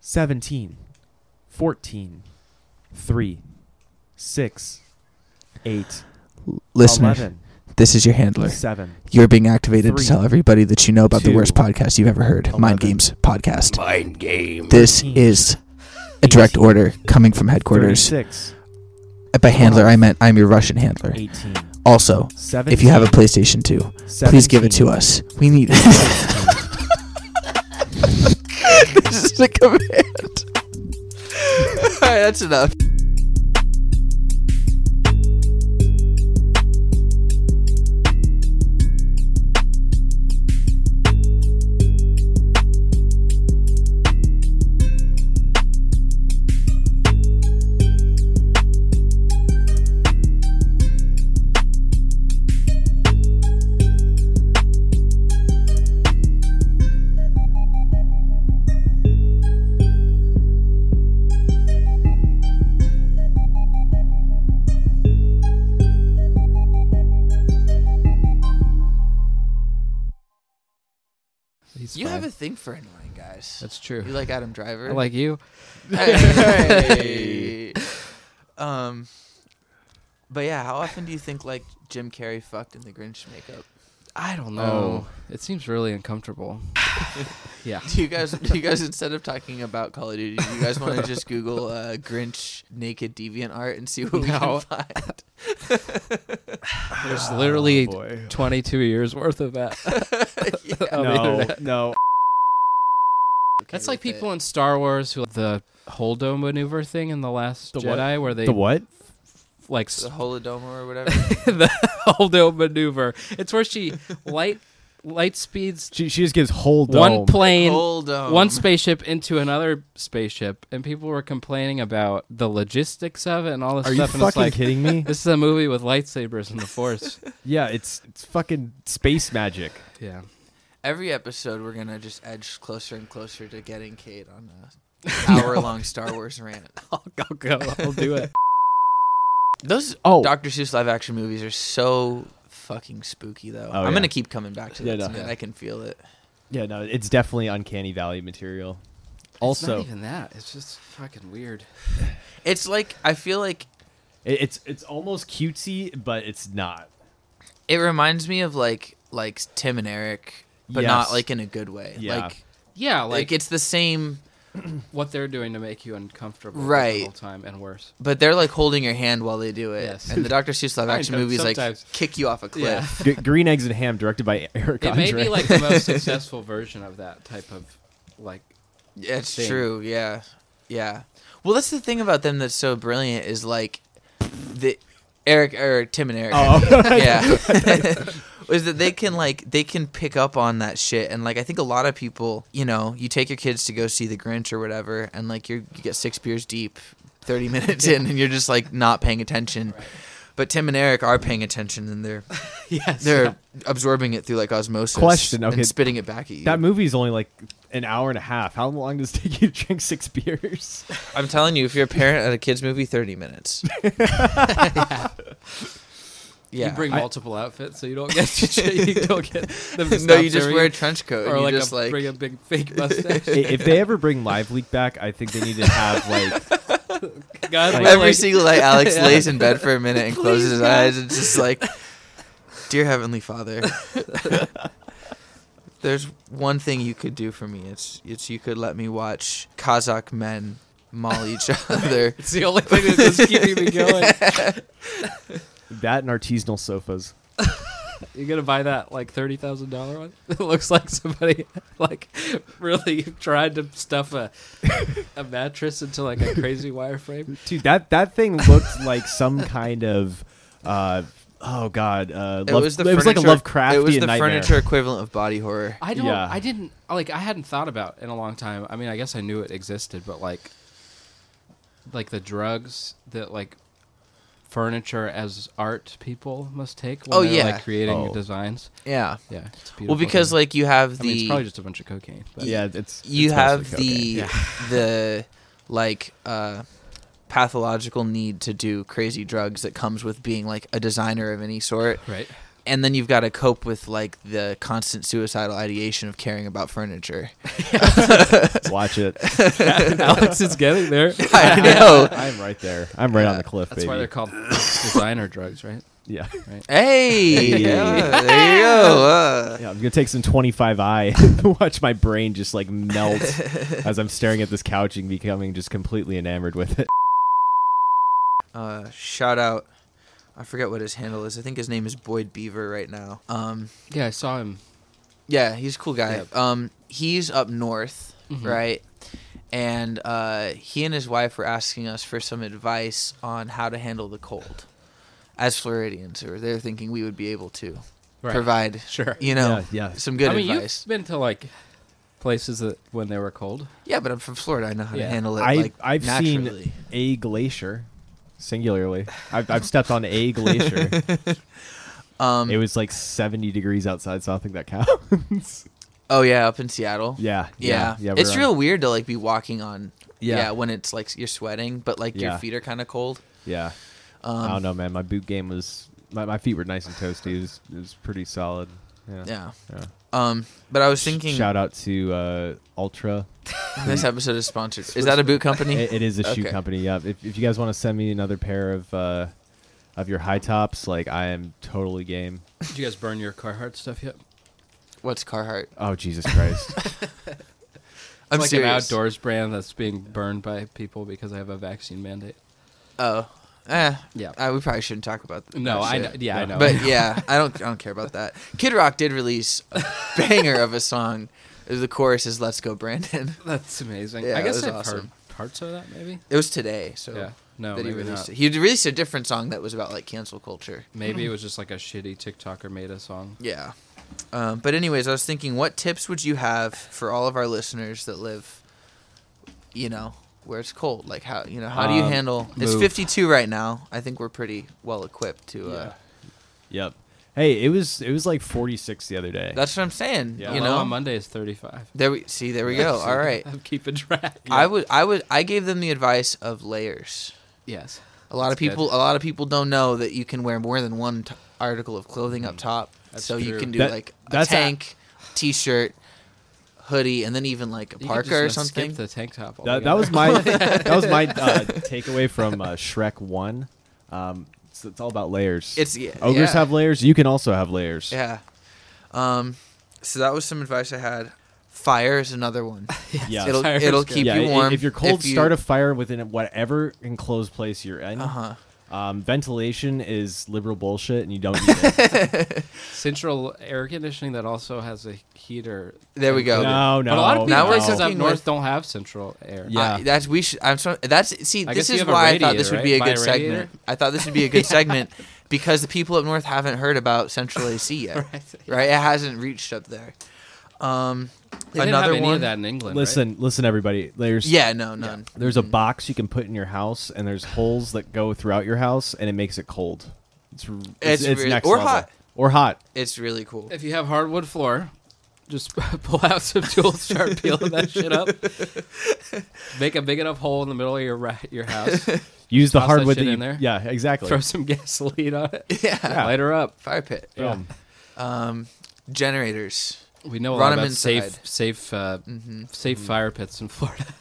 17, 14, 3, 6, 8, Listener, 11, this is your handler. 7. You're being activated Three, to tell everybody that you know about the two, worst podcast you've ever heard, eleven. Mind Games Podcast. Mind game. This Eighteen. is a direct Eighteen. order coming from headquarters. 36, By handler, twelve. I meant I'm your Russian handler. 18, Also, 17, if you have a PlayStation 2, please give it to us. We need. this is a command. All right, that's enough. He's You fine. have a thing for annoying guys. That's true. You like Adam Driver. I like you. Hey. um, but yeah, how often do you think like Jim Carrey fucked in the Grinch makeup? I don't know. Oh. It seems really uncomfortable. yeah. Do you guys, do you guys, instead of talking about Call of Duty, do you guys want to just Google uh, Grinch naked deviant art and see what we No. can find? There's literally Oh, boy. 22 years worth of that. on the No, internet. no. That's Okay like with it. people in Star Wars who the Holdo maneuver thing in the Last The what? Jedi, where they The what? like s- the Holodoma or whatever. the Holdo maneuver. It's where she light light speeds She, she just gives whole dome. one plane, Holdome. one spaceship into another spaceship, and people were complaining about the logistics of it and all this Are you stuff. fucking and it's like kidding me? this is a movie with lightsabers and the Force. yeah, it's it's fucking space magic. yeah. Every episode, we're gonna just edge closer and closer to getting Kate on a hour-long Star Wars rant. I'll, I'll go. I'll do it. Those Oh. Dr. Seuss live action movies are so fucking spooky though. Oh, I'm yeah. gonna keep coming back to Yeah, that. no. tonight. I can feel it. Yeah, no, it's definitely uncanny valley material. it's Also, not even that. It's just fucking weird. It's like I feel like it, it's it's almost cutesy, but it's not. it reminds me of like like Tim and Eric, but not Yes. like in a good way. Yeah. Like, Yeah, like like, it's the same, what they're doing to make you uncomfortable Right. the whole time and worse. but they're like holding your hand while they do it. Yes. And the Dr. Seuss live Kind action of, movies sometimes. like kick you off a cliff. Yeah. G- Green Eggs and Ham, directed by Eric It may Andre. be like the most successful version of that type of like Yeah, it's thing. true. Yeah, yeah. Well, that's the thing about them that's so brilliant is like the Eric or Tim and Eric. Oh. yeah, is that they can like they can pick up on that shit and like I think a lot of people, you know, you take your kids to go see The Grinch or whatever, and like you're, you get six beers deep, thirty minutes in, and you're just like not paying attention. But Tim and Eric are paying attention, and they're yes. they're absorbing it through like osmosis. Question, okay. And spitting it back at you. that movie's only like an hour and a half. How long does it take you to drink six beers? I'm telling you, if you're a parent at a kids movie, 30 minutes. yeah. You bring multiple outfits, so you don't get you don't get them to no, stop you just serving wear a you, trench coat. or and like, you just a, like bring a big fake mustache. I- if they ever bring Live Leak back, I think they need to have like God, Like- we're every like- single night, Alex Yeah. lays in bed for a minute and closes Please, his God. eyes and just like, dear heavenly Father, there's one thing you could do for me. It's it's you could let me watch Kazakh men maul each other. it's the only thing that's just keeping me going. that and artisanal sofas. You're gonna buy that like thirty thousand dollar one? It looks like somebody like really tried to stuff a a mattress into like a crazy wireframe. Dude, that that thing looked like some kind of uh oh god, uh It love- was the it was like a furniture. Lovecraftian it was the nightmare. furniture equivalent of body horror. I don't. Yeah. I didn't like. I hadn't thought about it in a long time. I mean, I guess I knew it existed, but like, like the drugs that like furniture as art people must take. When Oh, they're, yeah. like creating Oh. designs. Yeah. Yeah, it's a Well, beautiful because thing. like you have I the mean, it's probably just a bunch of cocaine. But Yeah, it's you it's have the mostly cocaine. the like uh pathological need to do crazy drugs that comes with being like a designer of any sort right. and then you've got to cope with like the constant suicidal ideation of caring about furniture. Watch it. Alex is getting there. I know. I'm right there. I'm right on the cliff, That's baby. why they're called designer drugs, right? yeah. Hey, yeah, there you go. Uh, Yeah, I'm gonna take some 25i. and Watch my brain just like melt as I'm staring at this couch and becoming just completely enamored with it. uh, shout out. I forget what his handle is. I think his name is Boyd Beaver right now. Um, Yeah, I saw him. Yeah, he's a cool guy. Yep. Mm-hmm. Um, he's up north, right? And uh, he and his wife were asking us for some advice on how to handle the cold. As Floridians, or they're thinking we would be able to Right. provide, Sure. you know, Yeah, yeah. some good I mean, advice. you've been to like places that when they were cold. Yeah, but I'm from Florida. I know how to Yeah. handle it. I like, I've naturally. seen a glacier, singularly. I've, I've stepped on a glacier. Um, it was like 70 degrees outside, so I think that counts. oh yeah, up in Seattle. yeah, Yeah. yeah, yeah. it's we're on- real weird to like be walking on. Yeah. Yeah. when it's like you're sweating, but like your Yeah. feet are kind of cold. Yeah. um, I don't know, man. My boot game was my, my feet were nice and toasty. It was, it was pretty solid. Yeah. Yeah. Yeah. Um, but I was thinking Shout out to uh, Ultra. This episode is sponsored. Is that a boot company? It, it is a shoe Okay. company. Yeah. If, if you guys want to send me another pair of uh, of your high tops, like I am totally game. Did you guys burn your Carhartt stuff yet? What's Carhartt? Oh Jesus Christ! I'm like serious. an outdoors brand that's being burned by people because they have a vaccine mandate. Oh, eh. Yeah. Uh, we probably shouldn't talk about. that No, I shit. know, yeah, I No. know. But yeah, I don't. I don't care about that. Kid Rock did release a banger of a song. The chorus is "Let's Go, Brandon." that's amazing. Yeah, I guess that's I've awesome. heard parts of that maybe. It was today, so Yeah. No, that he Oh, maybe released not. it. He released a different song that was about like cancel culture. Maybe it was just like a shitty TikToker made a song. Yeah. Um, but anyways, I was thinking, what tips would you have for all of our listeners that live, you know, where it's cold? Like how you know how do you Um, handle? It's move. 52 right now. I think we're pretty well equipped to. Uh, yep. Hey, it was it was like 46 the other day. That's what I'm saying. Yeah. You Low on know, Monday is 35. there we see. There we go. So All right. I'm keeping track. I would. I would. I gave them the advice of layers. yes. A lot of That's good. people. A lot of people don't know that you can wear more than one t- article of clothing up top. Mm. That's so you true. can do That- like a that's a- tank, t-shirt, hoodie, and then even like a You could just parka or skip something. the tank top. That, that was my that was my uh, takeaway from uh, Shrek One. Um, it's, it's all about layers. It's- yeah, ogres yeah. have layers. You can also have layers. Yeah. Um. So that was some advice I had. Fire is another one. Yeah. It'll Fire is it'll good. keep yeah, you i- warm. If you're cold, you- start a fire within whatever enclosed place you're in. Uh-huh. Um, ventilation is liberal bullshit, and you don't need it. central air conditioning that also has a heater. There we go. No, But a lot of Oh, no, people Now we're places up talking north with- don't have central air. Yeah. I- that's we should. I'm sorry. That's see. this I guess you is have a why I thought radiator, this would be a right? Buy good a segment. radiator? I thought this would be a good segment because the people up north haven't heard about Central AC yet. right. It hasn't reached up there. Um. They didn't another have any one. of that in England. right? Mm-hmm. Listen, listen, everybody. There's Yeah. No. None. there's a box you can put in your house, and there's holes that go throughout your house, and it makes it cold. It's r- It's it's, really- next or level. hot. or hot. It's really cool. if you have hardwood floor, just pull out some tools, start peeling that shit up. Make a big enough hole in the middle of your ra- your house. Use the Toss that hardwood shit that you, in there. Yeah, exactly. throw some gasoline on it. Yeah. Yeah. Light her up. Fire pit. Boom. Um. Generators. We know a Run lot 'em about inside. Mm-hmm. safe safe uh, safe fire pits in Florida.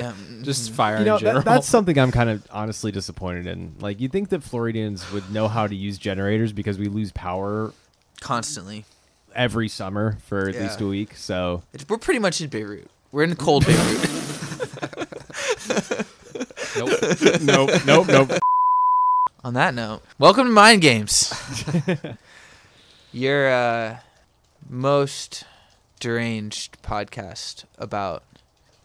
Um, Just fire You know, in general. that, that's something I'm kind of honestly disappointed in. Like, you think that Floridians would know how to use generators because we lose power constantly. every summer for at Yeah. least a week. So It's, we're pretty much in Beirut. We're in cold Beirut. Nope. nope, nope, nope. On that note, welcome to Mind Games. Your uh, most deranged podcast about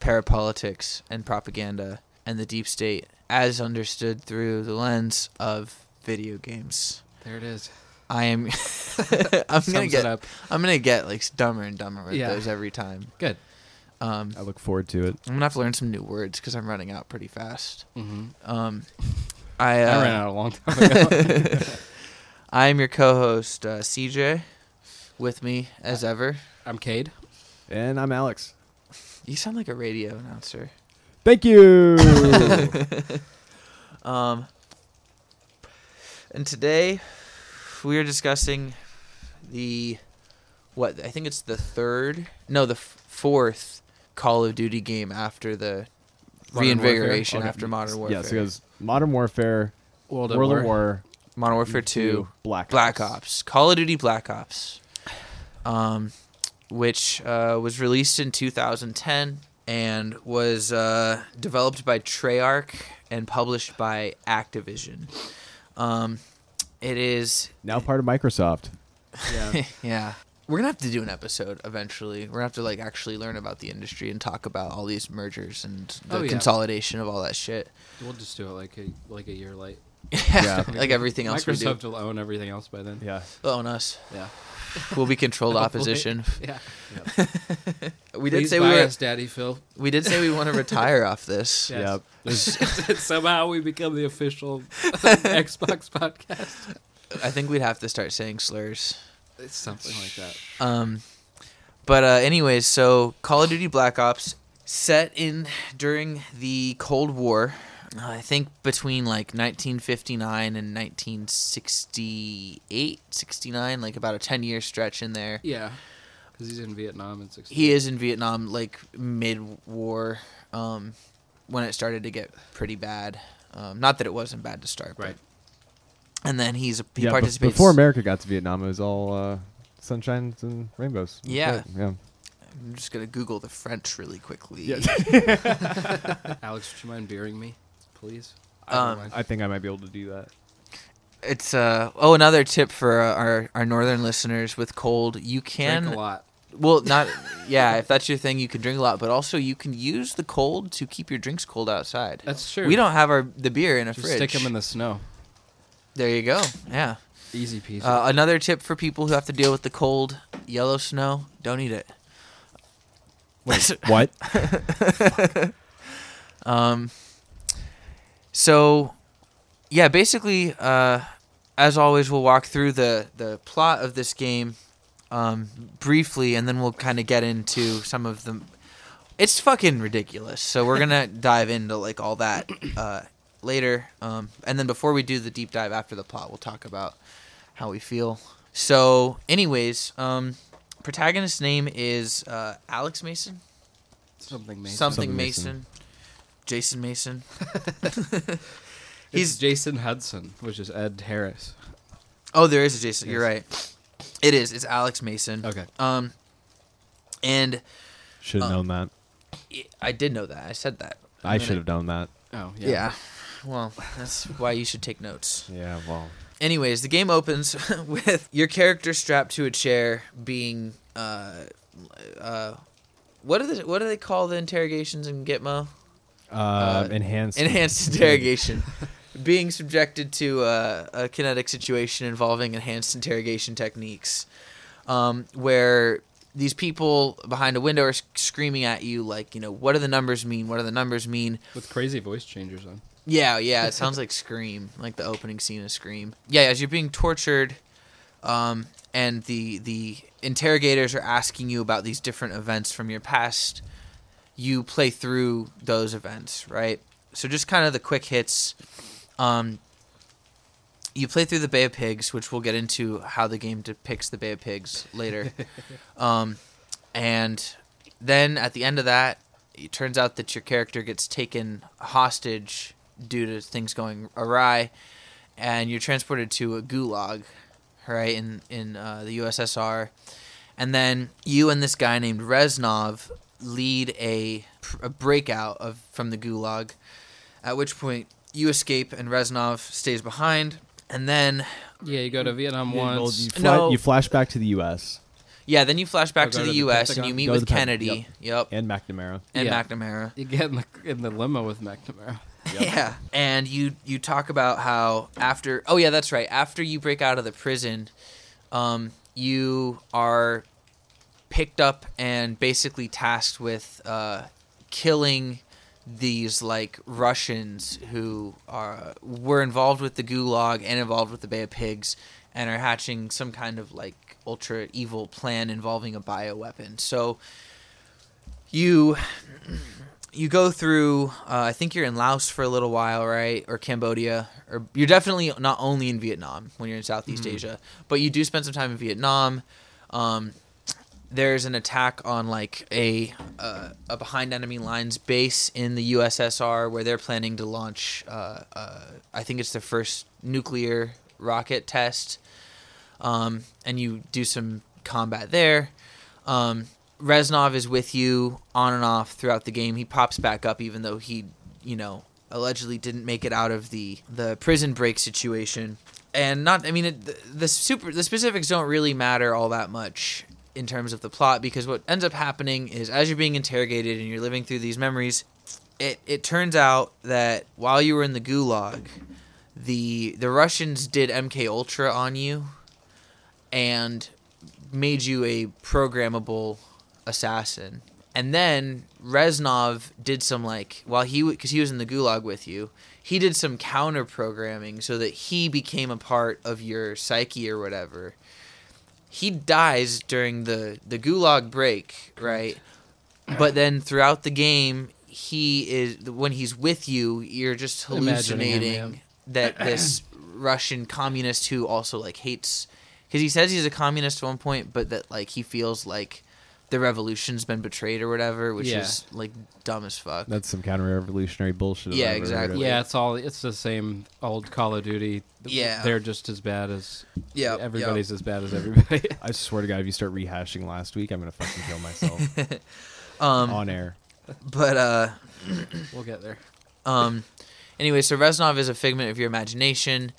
parapolitics and propaganda and the deep state as understood through the lens of video games. There it is. I am I'm Sums going to it get up. I'm going to get like dumber and dumber with Yeah. those every time. Good. Um I look forward to it. I'm going to have to learn some new words cuz I'm running out pretty fast. hmm Um I uh, I ran out a long time ago. I am your co-host uh, CJ. With me as ever, I'm Cade. And I'm Alex. you sound like a radio announcer. Thank you. Um, and today we are discussing the what I think it's the third, no, the f- fourth Call of Duty game after the Modern Warfare? reinvigoration Okay. after Modern Warfare. Yes, it goes Modern Warfare, World, World at War, Modern Warfare Two, Black Black Ops, Call of Duty Black Ops, um, which uh, was released in 2010 and was uh, developed by Treyarch and published by Activision. Um, it is Now part of Microsoft. Yeah. yeah. We're gonna have to do an episode eventually. We're gonna have to like actually learn about the industry and talk about all these mergers and the Oh, yeah. consolidation of all that shit. we'll just do it like a like a year late. Yeah, like everything else we do. Microsoft will own everything else by then. Yeah. They'll Own us. Yeah. We'll be controlled Hopefully. opposition. Yeah. Oh, We did Please say we buy were, us, Daddy Phil. we did say we want to retire off this. Yes. Yep. Somehow we become the official Xbox podcast. I think we'd have to start saying slurs. It's something like that. Um, but uh, anyways, so Call of Duty Black Ops set in during the Cold War. uh, I think between like 1959 and 1968, 69, like about a 10 year stretch in there. Yeah. Because he's in Vietnam in 60. He is in Vietnam, like mid war, um, when it started to get pretty bad. Um, not that it wasn't bad to start, Right. But, and then he's he yeah, but participates. before America got to Vietnam, it was all uh, sunshines and rainbows. That's Yeah. it. Yeah. I'm just gonna Google the French really quickly. Alex, would you mind bearing me, please? Um, I think I might be able to do that. It's uh oh another tip for uh, our our northern listeners with cold you drink a can lot. well not yeah if that's your thing you can drink a lot but also you can use the cold to keep your drinks cold outside. That's true. We don't have our the beer in a Just fridge. stick him in the snow. there you go. Yeah. Easy peasy. Uh, another tip for people who have to deal with the cold yellow snow don't eat it. What? Um, so, yeah, basically, uh, as always, we'll walk through the, the plot of this game um, briefly, and then we'll kind of get into some of the. It's fucking ridiculous. So we're gonna dive into like all that uh, later, um, and then before we do the deep dive after the plot, we'll talk about how we feel. So, anyways, um, protagonist's name is uh, Alex Mason. something Mason. Something, Something Mason. Mason. Jason Mason. He's he's Jason Hudson, which is Ed Harris. oh, there is a Jason. You're Yes. right. It is. It's Alex Mason. Okay. Um, and Should have Uh, known that. I- I did know that. I said that. I And then should have known that. Oh Yeah. Well, that's why you should take notes. Yeah. Well. Anyways, the game opens with your character strapped to a chair, being uh, uh, what are the what do they call the interrogations in Gitmo? Uh, enhanced. enhanced interrogation being subjected to uh, a kinetic situation involving enhanced interrogation techniques um, where these people behind a window are s- screaming at you like you know what do the numbers mean what do the numbers mean With crazy voice changers on. yeah yeah it sounds like scream like the opening scene of scream yeah as you're being tortured um, and the the interrogators are asking you about these different events from your past you play through those events right so just kind of the quick hits um, you play through the bay of pigs which we'll get into how the game depicts the bay of pigs later um, and then at the end of that it turns out that your character gets taken hostage due to things going awry and you're transported to a gulag right in in uh, the USSR, and then you and this guy named Reznov lead a, pr- a breakout of from the gulag, at which point you escape and Reznov stays behind, and then Yeah, you go to Vietnam Well, once. you, fla- No. you flash back to the U.S. yeah, then you flash back Oh, to go the to the U.S. and Pentagon? you meet Go to with the Pentagon, Kennedy, yep, and McNamara. and Yeah. McNamara. You get in the in the limo with McNamara. Yeah. And you you talk about how after oh yeah that's right after you break out of the prison, um, you are picked up and basically tasked with uh, killing these like Russians who are were involved with the Gulag and involved with the Bay of Pigs and are hatching some kind of like ultra evil plan involving a bioweapon. So you you go through. Uh, I think you're in Laos for a little while, right? Or Cambodia, or you're definitely not only in Vietnam when you're in Southeast Asia, but you do spend some time in Vietnam. Um, there's an attack on like a uh, a behind enemy lines base in the USSR where they're planning to launch. Uh, uh, I think it's their first nuclear rocket test, um, and you do some combat there. Um, Reznov is with you on and off throughout the game. He pops back up even though he, you know, allegedly didn't make it out of the the prison break situation. And not, I mean, it, the, the super the specifics don't really matter all that much in terms of the plot because what ends up happening is as you're being interrogated and you're living through these memories, it it turns out that while you were in the gulag, the the Russians did MK Ultra on you and made you a programmable assassin. And then Reznov did some like while he because he was in the gulag with you, he did some counter programming so that he became a part of your psyche or whatever. He dies during the the gulag break, right? But then throughout the game, he is when he's with you, you're just Imagining him, hallucinating that this Russian communist who also like hates because he says he's a communist at one point, but that like he feels like the revolution's been betrayed or whatever, which Yeah. is like dumb as fuck. That's some counter-revolutionary bullshit. I've Yeah, ever heard exactly. of. Yeah, it's all it's the same old Call of Duty. Yeah. they're just as bad as Yeah, yeah. Everybody's as bad as everybody. I swear to God, if you start rehashing last week, I'm gonna fucking kill myself Um, on air. But uh, we'll get there. um, anyway, so Reznov is a figment of your imagination,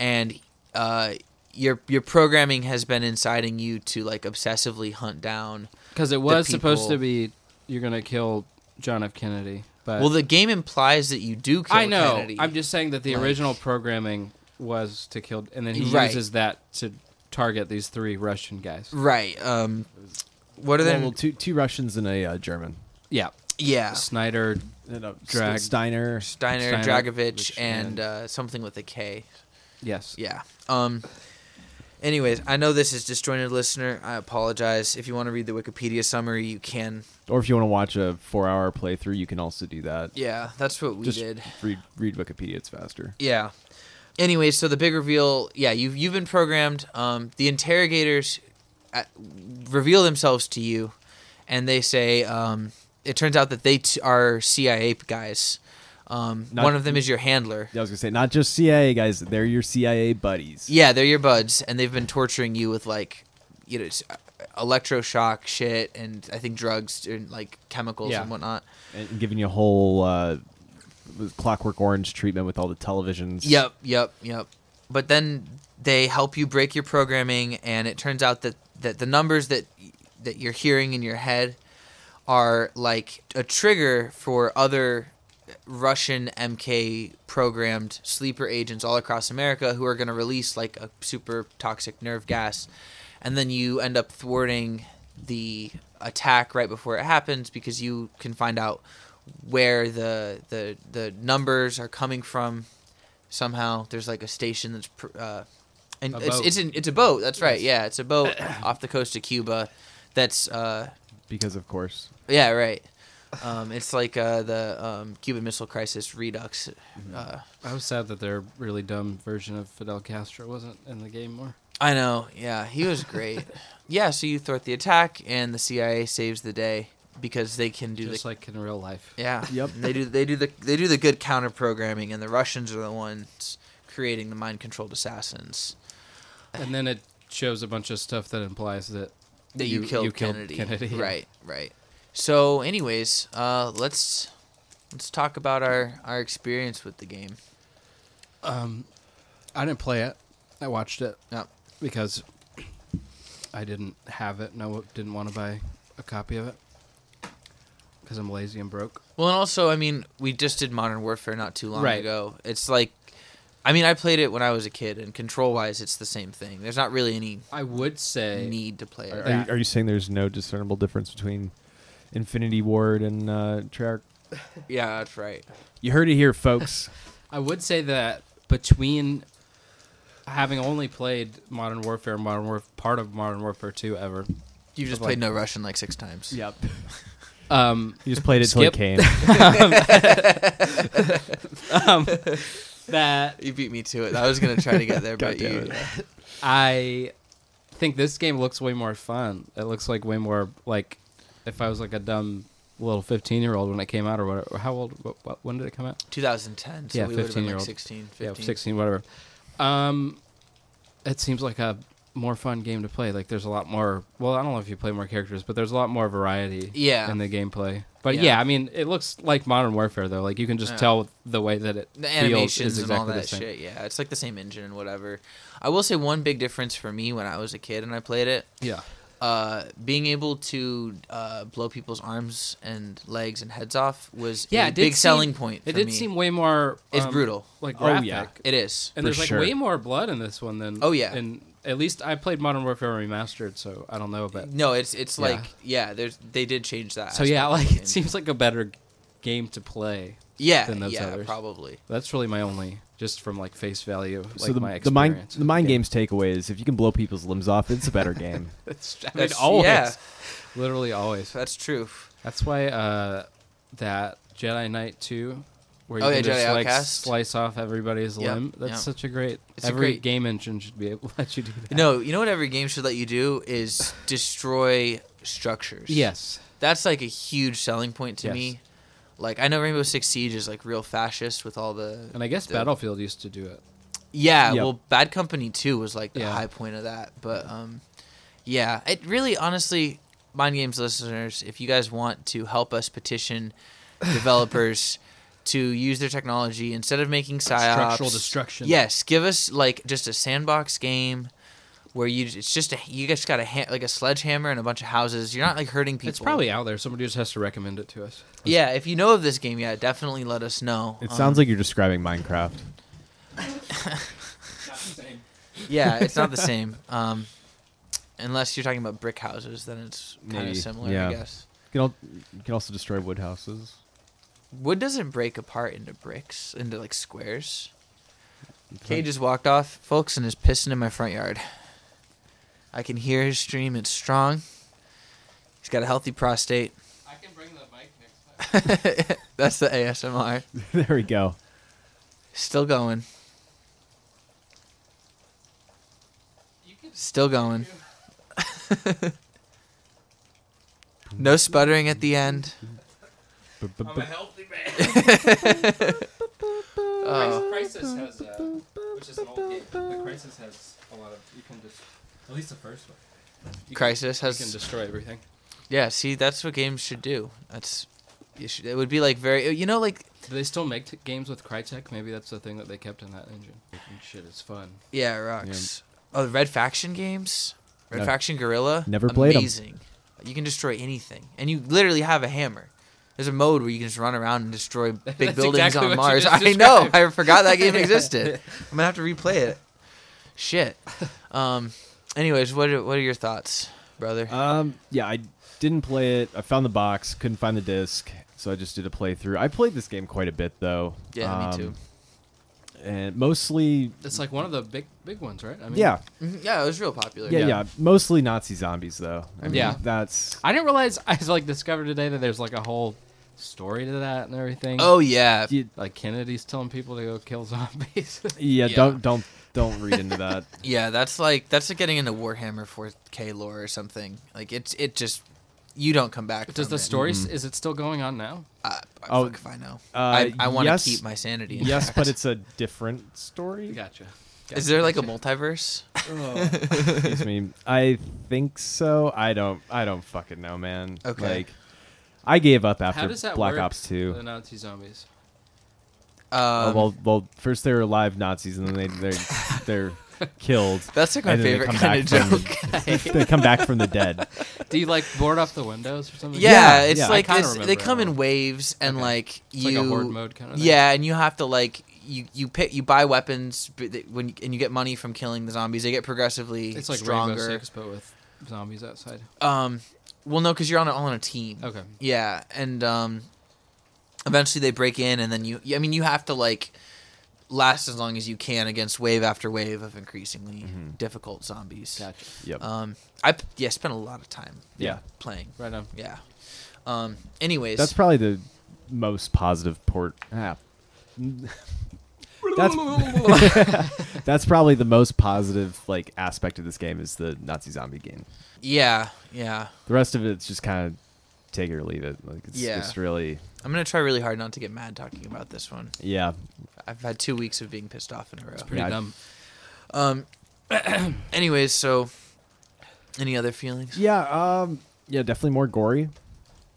and uh, your your programming has been inciting you to like obsessively hunt down. Because it was supposed people- to be you're gonna kill John F. Kennedy, but Well, the game implies that you do kill I know. Kennedy. I'm just saying that the Like- original programming was to kill, and then he Right. uses that to target these three Russian guys. right. Um, what are Well, their well, two two Russians and a uh, German. Yeah, yeah? Snyder. And a S- Drag- Steiner. Steiner, Steiner, Dragovich, which- and and- uh, something with a K. Yes. Yeah. Um. Anyways, I know this is disjointed, listener. I apologize. If you want to read the Wikipedia summary, you can. Or if you want to watch a four-hour playthrough, you can also do that. Yeah, that's what we Just did. read read Wikipedia. It's faster. Yeah. Anyways, so the big reveal. Yeah, you've you've been programmed. Um, the interrogators uh reveal themselves to you, and they say. Um, it turns out that they t- are CIA guys. Um, Not- one of them is your handler. Yeah, I was gonna say not just CIA guys. They're your CIA buddies. Yeah, they're your buds, and they've been torturing you with like, you know, s- uh, electroshock shit, and I think drugs and like chemicals Yeah. and whatnot. and giving you a whole uh, was Clockwork Orange treatment with all the televisions. Yep, yep, yep. But then they help you break your programming, and it turns out that that the numbers that that you're hearing in your head are like a trigger for other Russian MK programmed sleeper agents all across America who are going to release like a super toxic nerve gas, and then you end up thwarting the attack right before it happens because you can find out where the the the numbers are coming from somehow there's like a station that's pr- uh, and A it's boat. it's an, it's a boat that's right yeah it's a boat off the coast of Cuba that's uh Because of course, yeah, right. Um, it's like uh, the um, Cuban Missile Crisis Redux. Mm-hmm. Uh, I was sad that their really dumb version of Fidel Castro wasn't in the game more. I know. Yeah, he was great. yeah, so you thwart the attack, and the CIA saves the day because they can do Just the like in real life. yeah. Yep. They do they do the they do the good counter programming, and the Russians are the ones creating the mind controlled assassins. And then it shows a bunch of stuff that implies that that you, killed, Kennedy. Kennedy. Right, right. So, anyways, uh, let's let's talk about our our experience with the game. I didn't play it. I watched it Yep. because I didn't have it and I w- didn't want to buy a copy of it because I'm lazy and broke. Well, and also, I mean, we just did Modern Warfare not too long Right. ago. It's like, I mean, I played it when I was a kid, and control wise, it's the same thing. There's not really any I would say need to play are, it. are That. you, are you saying there's no discernible difference between Infinity Ward and uh, Treyarch? Yeah, that's right. You heard it here, folks. I would say that between having only played Modern Warfare, and Modern Warfare, part of Modern Warfare 2 ever, You've just Like- played No Russian like six times. yep. Um, You just played it till it Skip. came. um, that You beat me to it. I was gonna try to get there, God but damn you. it. I think this game looks way more fun. It looks like way more like if I was like a dumb little 15 year old when it came out or whatever. How old? What, what, when did it come out? 2010. So Yeah, we would have been like 15-year-old. 16, Yeah, 15. 16, whatever. Um, it seems like a more fun game to play. Like there's a lot more. Well, I don't know if you play more characters, but there's a lot more variety. Yeah. in the gameplay. But Yeah. yeah, I mean, it looks like Modern Warfare though. Like you can just Yeah. tell the way that it the feels is animations exactly and all the that same. shit. Yeah, it's like the same engine and whatever. I will say one big difference for me when I was a kid and I played it, Yeah, uh, being able to uh, blow people's arms and legs and heads off was yeah. a It did big seem- selling point. For It did me. seem way more. It's um, brutal. Like Oh, graphic. yeah. It is. For And there's like sure. way more blood in this one than Oh, yeah. And at least I played Modern Warfare Remastered, so I don't know, but No, it's it's Yeah. like yeah, there's they did change that. so yeah, aspect of like the it game. seems like a better g- game to play. yeah, than those yeah, others. probably. That's really my only, just from like face value, like so the, my experience. the mind with the mind game. game's takeaway is if you can blow people's limbs off, it's a better game. That's, I mean, That's- always, yeah. literally always. That's true. That's why uh, that Jedi Knight two, where you Oh, can yeah, just Jedi like Outcast. slice off everybody's Yep, limb. That's yep. such a great. It's a every great- game engine should be able to let you do that. No, you know what every game should let you do is destroy structures. Yes. that's like a huge selling point to Yes. me. Like I know Rainbow Six Siege is like real fascist with all the And I guess the- Battlefield used to do it. Yeah, Yep. well, Bad Company Two was like the Yeah. high point of that, but um, yeah, it really, honestly, Mind Games listeners, if you guys want to help us petition developers to use their technology instead of making psyops, Structural destruction. Yes, give us like just a sandbox game. Where you it's just a you guys got a ha- like a sledgehammer and a bunch of houses. You're not like hurting people. It's probably out there. Somebody just has to recommend it to us. yeah. If you know of this game, yeah, definitely let us know. Um, It sounds like you're describing Minecraft. yeah, it's not the same. Um, unless you're talking about brick houses, then it's kind Maybe, of similar, yeah. I guess. You can, al- you can also destroy wood houses. Wood doesn't break apart into bricks, into like squares. You can- Cage just walked off, folks, and is pissing in my front yard. I can hear his stream. It's strong. He's got a healthy prostate. I can bring the mic next time. That's the ASMR. there we go. Still going. You can Still going. no sputtering at the end. B- b- b- healthy man. Oh. Crisis has, uh, which is an old game. The Crisis has a lot of. You can just, at least the first one. You Crisis has- You can destroy everything. Yeah, see, that's what games should do. That's you should, it would be like very you know like Do they still make t- games with Crytek? Maybe that's the thing that they kept in that engine. Freaking Shit, it's fun. yeah, it rocks. Oh, the Red Faction games, Red No. Faction Gorilla, Never played 'em. Amazing. You can destroy anything, and you literally have a hammer. There's a mode where you can just run around and destroy big That's buildings exactly on what you Mars. just I know. described. I forgot that game existed. I'm gonna have to replay it. Shit. Um. Anyways, what are, what are your thoughts, brother? Um, yeah, I didn't play it. I found the box, couldn't find the disc, so I just did a playthrough. I played this game quite a bit though. Yeah, me Um, too. And mostly, It's like one of the big big ones, right? I mean, yeah, Mhm, yeah, it was real popular. yeah, yeah, yeah. mostly Nazi zombies though. I mean, Yeah. that's I didn't realize I like discovered today that there's like a whole story to that and everything. Oh yeah. you- like Kennedy's telling people to go kill zombies. yeah, Yeah. Don't don't don't read into that. Yeah, that's like that's like getting into Warhammer 4K lore or something. Like it's it just you don't come back. Does from the it. story s is it Mm-hmm. still going on now? Uh, oh, Oh, fuck if I know. uh, I, I want to yes- keep my sanity. yes, intact. but it's a different story. Gotcha. Is there like a multiverse? Excuse me. I think so. I don't. I don't fucking know, man. Okay. Like, I gave up How after does that Black work, Uh, Ops Two. The Nazi zombies. Oh, Um, well, well, first they were live Nazis, and then they they're they're killed. that's like my and then they favorite come kind of back from- joke. they come back from the dead. Do you like board off the windows or something? Yeah, yeah, it's yeah. I like kinda this, they remember come that in one. waves and Okay. like It's you like a horde mode kind of thing. Yeah, and you have to like you you pick you buy weapons but they- when and you get money from killing the zombies. They get progressively It's like stronger. Rainbow Six, but with zombies outside. Um, well, no, because you're on a, all on a team. Okay. Yeah, and um, eventually they break in, and then you. I mean, you have to like last as long as you can against wave after wave of increasingly difficult zombies. Gotcha. Yep. Um, I p- yeah spent a lot of time Yeah. playing. Right on. Yeah. Um, anyways, That's probably the most positive port. Ah. That's that's probably the most positive like aspect of this game is the Nazi zombie game. yeah, yeah. The rest of it's just kind of take it or leave it. Like it's, Yeah. it's really I'm gonna try really hard not to get mad talking about this one. yeah. I've had two weeks of being pissed off in a row. Pretty Yeah, I- dumb. Um. anyways, so any other feelings? Yeah, um yeah, definitely more gory.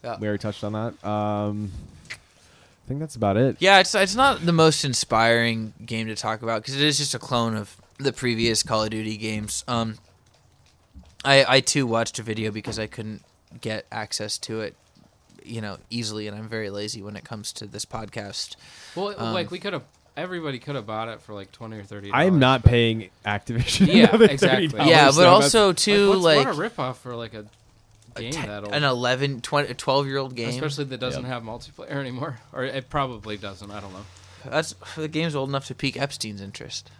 Yeah. We already touched on that. Um I think that's about it. Yeah, it's it's not the most inspiring game to talk about because it is just a clone of the previous Call of Duty games. Um, I I too watched a video because I couldn't get access to it, you know, easily, and I'm very lazy when it comes to this podcast. Well, it- Um, like we could have, everybody could have bought it for like twenty or thirty. I'm not paying Activision. Yeah, another exactly. $30. yeah, so but that's- also too like, like, what's- what a ripoff for like a game te- that old, an 11, 20, 12 year old game. especially that doesn't Yep. have multiplayer anymore, or it probably doesn't. I don't know. That's the game's old enough to pique Epstein's interest.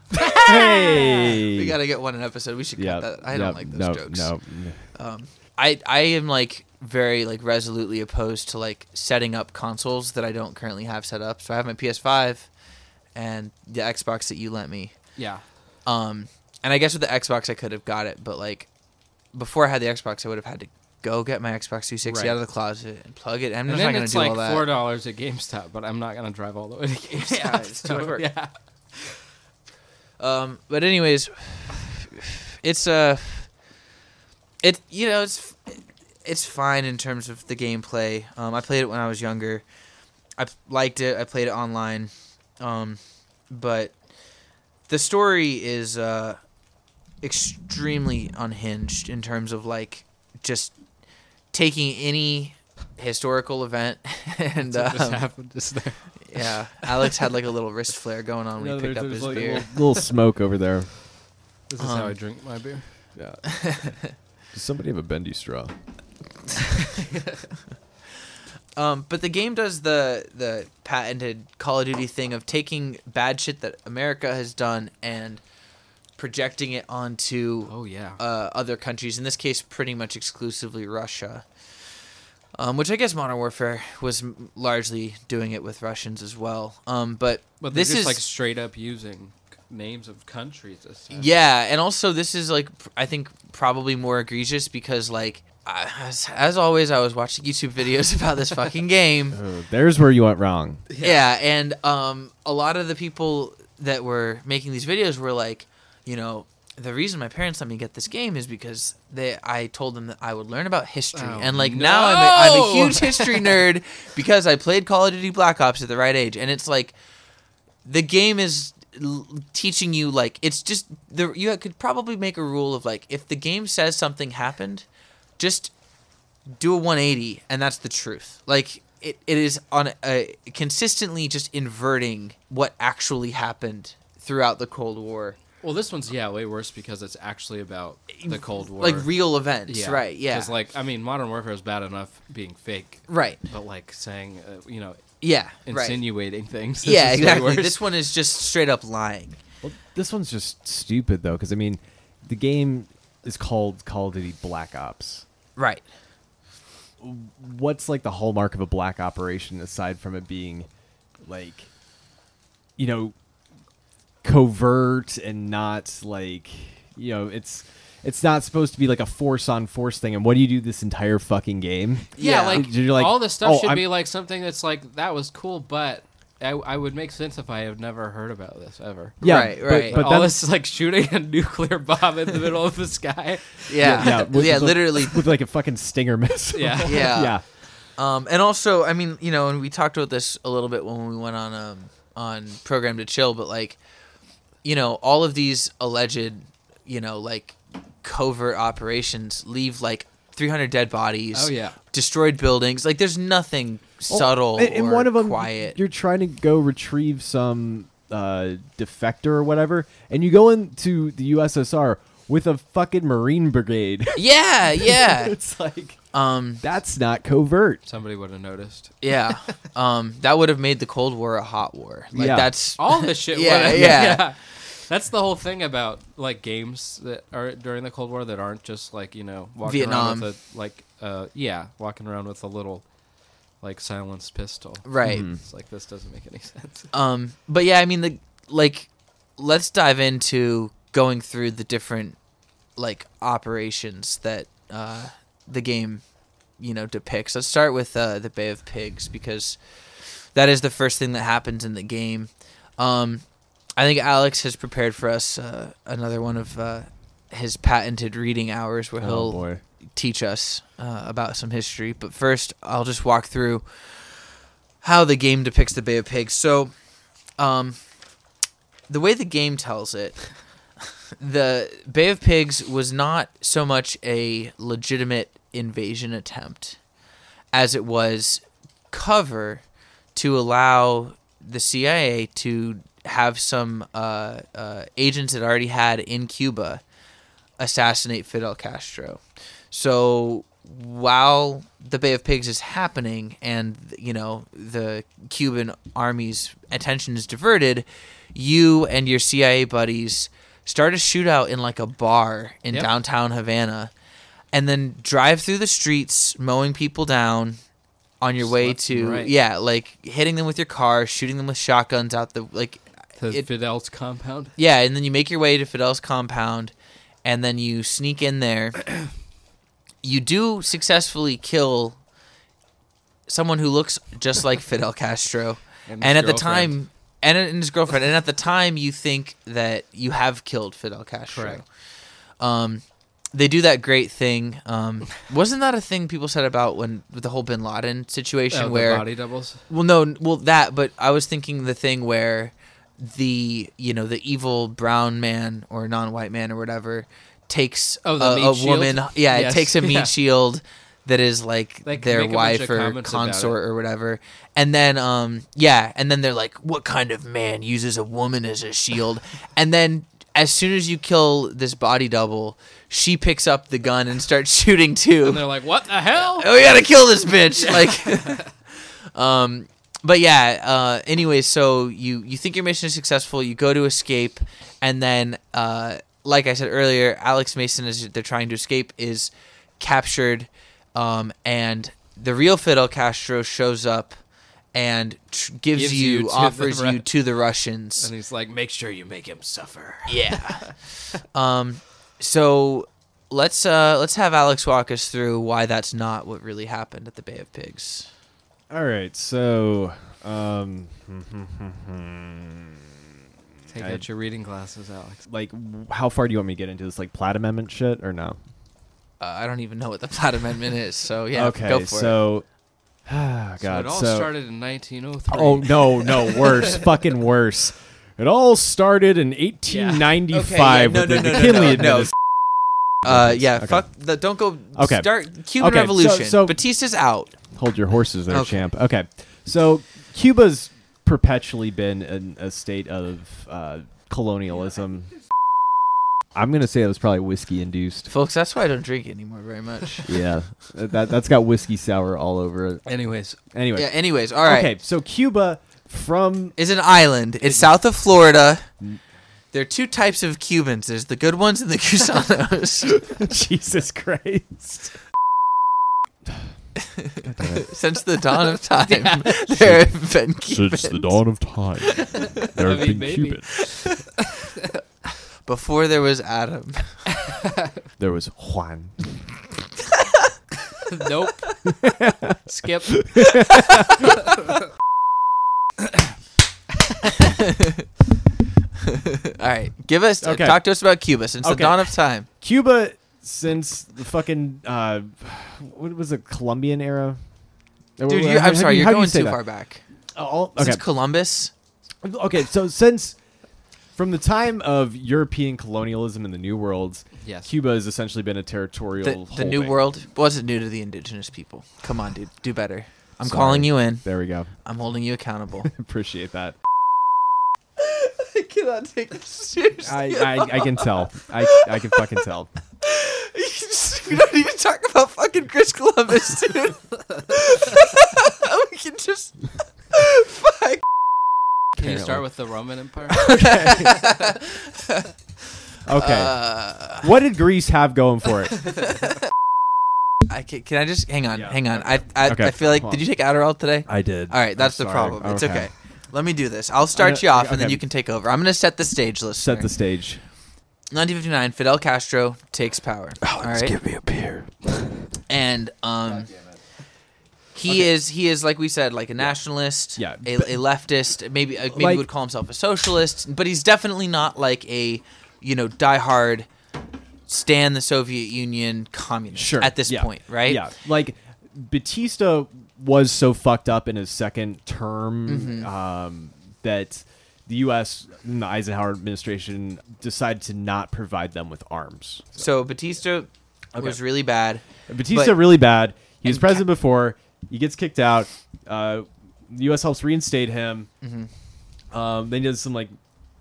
hey. We gotta get one an episode. We should cut yeah, that. I yeah, don't like those no, jokes. No, no. um, I I am like very like resolutely opposed to like setting up consoles that I don't currently have set up. So I have my PS5 and the Xbox that you lent me. Yeah, Um, and I guess with the Xbox I could have got it, but like before I had the Xbox, I would have had to go get my Xbox 360 Right. out of the closet and plug it. I'm and just not then gonna it's do like all that. four dollars at GameStop, but I'm not gonna drive all the way to GameStop. Yeah, it's too much so, work. Yeah, Um, but anyways, it's uh, it you know it's it's fine in terms of the gameplay. Um, I played it when I was younger. I liked it. I played it online, um, but the story is uh, extremely unhinged in terms of like just taking any historical event and That's what just um, happened just there. yeah, Alex had like a little wrist flare going on when No, he picked up his there's- there's like a beer. little- little smoke over there. This is how I Um, drink my beer. Yeah. Does somebody have a bendy straw? Um, but the game does the the patented Call of Duty thing of taking bad shit that America has done and projecting it onto Oh yeah. uh, other countries. In this case, pretty much exclusively Russia. Um, which I guess Modern Warfare was m- largely doing it with Russians as well. Um, but, But this this just is like straight up using c- names of countries. This time. Yeah, and also this is like pr- I think probably more egregious because like I, as, as always I was watching YouTube videos about this fucking game. Oh, there's where you went wrong. Yeah. and um, a lot of the people that were making these videos were like, you know, the reason my parents let me get this game is because they I told them that I would learn about history, Oh, and like now I'm a, I'm a no! huge history nerd because I played Call of Duty Black Ops at the right age, and it's like the game is l- teaching you like it's just the you could probably make a rule of like if the game says something happened, just do a 180 and that's the truth like it, it is on a, consistently just inverting what actually happened throughout the cold war Well, this one's yeah way worse because it's actually about the Cold War. like real events right yeah Because like I mean, Modern Warfare is bad enough being fake, right but like saying uh, you know yeah right insinuating things. This yeah is way exactly worse. this one is just straight up lying Well, this one's just stupid though, because I mean, the game is called Call of Duty Black Ops. right What's like the hallmark of a black operation aside from it being, like, you know, covert and not like, you know, it's it's not supposed to be like a force on force thing. And what do you do this entire fucking game? yeah, Yeah. like, You're like, all this stuff "Oh, should I'm- be like something that's like that was cool, but I, I would make sense if I have never heard about this ever. Yeah, Right, but- right. But, all then this like shooting a nuclear bomb in the middle of the sky. yeah yeah, with- with, like- literally with like a fucking stinger missile. Yeah. Yeah. yeah. Um, and also, I mean, you know, and we talked about this a little bit when we went on um, on program to chill, but like, you know, all of these alleged, you know, like covert operations leave like 300 dead bodies. Oh, yeah. destroyed buildings. Like, there's nothing Well, subtle and, Oh, and or one of them, quiet. You're trying to go retrieve some uh, defector or whatever, and you go into the USSR with a fucking Marine Brigade. Yeah, yeah. it's like um, that's not covert. Somebody would have noticed. yeah. Um, that would have made the Cold War a hot war. Like, Yeah. that's All the shit. Yeah, would've- yeah. That's the whole thing about like games that are during the Cold War that aren't just like you know walking Vietnam. around with a like uh yeah walking around with a little like silenced pistol. Right. Mm-hmm. It's like this doesn't make any sense. Um, but yeah, I mean the like let's dive into going through the different like operations that uh the game you know depicts. Let's start with uh the Bay of Pigs because that is the first thing that happens in the game. Um I think Alex has prepared for us uh, another one of uh his patented reading hours where Oh he'll boy. teach us uh, about some history. But first, I'll just walk through how the game depicts the Bay of Pigs. So, um, the way the game tells it, the Bay of Pigs was not so much a legitimate invasion attempt as it was cover to allow the CIA to have some uh, uh, agents it already had in Cuba assassinate Fidel Castro. So while the Bay of Pigs is happening and you know the Cuban army's attention is diverted, you and your CIA buddies start a shootout in like a bar in Yep. downtown Havana and then drive through the streets mowing people down on your Just way left and to right. yeah, like hitting them with your car, shooting them with shotguns out the like To it- Fidel's compound. yeah, and then you make your way to Fidel's compound, and then you sneak in there. you do successfully kill someone who looks just like Fidel Castro, And and, his at the girlfriend. time, and, and his girlfriend, and at the time, you think that you have killed Fidel Castro. Correct. Um, they do that great thing. Um, wasn't that a thing people said about when with the whole Bin Laden situation Oh, where the body doubles. well, no, n- well that, but I was thinking the thing where the you know the evil brown man or non-white man or whatever takes Oh, the a, meat a shield? woman, yeah, Yes, it takes a meat yeah. shield that is like They c- their make a bunch wife of or comments about consort or whatever, and then um yeah, and then they're like, what kind of man uses a woman as a shield? and then as soon as you kill this body double, she picks up the gun and starts shooting too And they're like, "What the hell?" we gotta kill this bitch like um but yeah uh anyway so you you think your mission is successful you go to escape and then uh like i said earlier alex mason is they're trying to escape is captured um and the real fidel castro shows up and tr- gives, Gives you you, to the offers Ru- you to the russians And he's like, "Make sure you make him suffer." yeah. um. So let's uh let's have Alex walk us through why that's not what really happened at the Bay of Pigs. All right. So, um, Take I- out your reading glasses, Alex. like, w- how far do you want me to get into this? Like, Platt Amendment shit or no? Uh, I don't even know what the Platt Amendment is. So yeah, okay. go for it. so, ah, so God. it all started in 1903. Oh no, no, worse, fucking worse. It all started in 1895 Okay, yeah, no, with no, the no, no, McKinley no, no. administration. Uh, yeah, Okay. fuck. The, don't go. Okay. Start Cuban Okay, so- Revolution. so- Batista's out. Hold your horses there, Okay. champ. Okay. So Cuba's perpetually been in a state of uh, colonialism. I'm going to say that was probably whiskey induced. Folks, that's why I don't drink anymore very much. Yeah. that, that's got whiskey sour all over it. Anyways, Anyway. yeah. Anyways, all right. Okay. Mm. So Cuba from Is an island. It's south of Florida. Mm. There are two types of Cubans. There's the good ones and the Cusanos. Jesus Christ. Since the dawn of time, there have been Cubans. Since the dawn of time, there have I mean, been maybe. Cubans. Before there was Adam. There was Juan. nope. Skip. All right, give us Okay. talk to us about Cuba since the Okay. dawn of time. Cuba since the fucking uh, what was it Colombian era? Dude, How- you, how I'm do sorry, you- you're how do you going say too that? far back. All- okay. Since Columbus, okay, so since from the time of European colonialism in the New Worlds, Yes. Cuba has essentially been a territorial. the, the New holding. World wasn't new to the indigenous people. Come on, dude, do better. I'm Sorry. calling you in. There we go. I'm holding you accountable. Appreciate that. I cannot take this seriously. I, I, I can tell. I, I can fucking tell. we don't even talk about fucking Chris Columbus, dude. we can just fuck. Can you start with the Roman Empire? Uh, Okay. what did Greece have going for it? I I can, can I just hang on, Yeah. hang on. I I, Okay. I feel like Come did on. you take Adderall today? I did. All right, that's I'm the sorry. problem. It's Okay. okay. Let me do this. I'll start gonna- you off, and okay. then you can take over. I'm going to set the stage. List. Set the stage. 1959. Fidel Castro takes power. All right. me a beer. and um, he is he is like we said, like a nationalist, Yeah, a, but- a leftist. Maybe uh, maybe Like- would call himself a socialist, but he's definitely not like a you know diehard stand the Soviet Union communist Sure. at this yeah, point, right? Yeah. Like Batista was so fucked up in his second term Mm-hmm. um, that the U.S. and the Eisenhower administration decided to not provide them with arms. So Batista was really bad. Batista But- really bad. He was and president before. He gets kicked out. Uh, the U.S. helps reinstate him. Um, then he does some like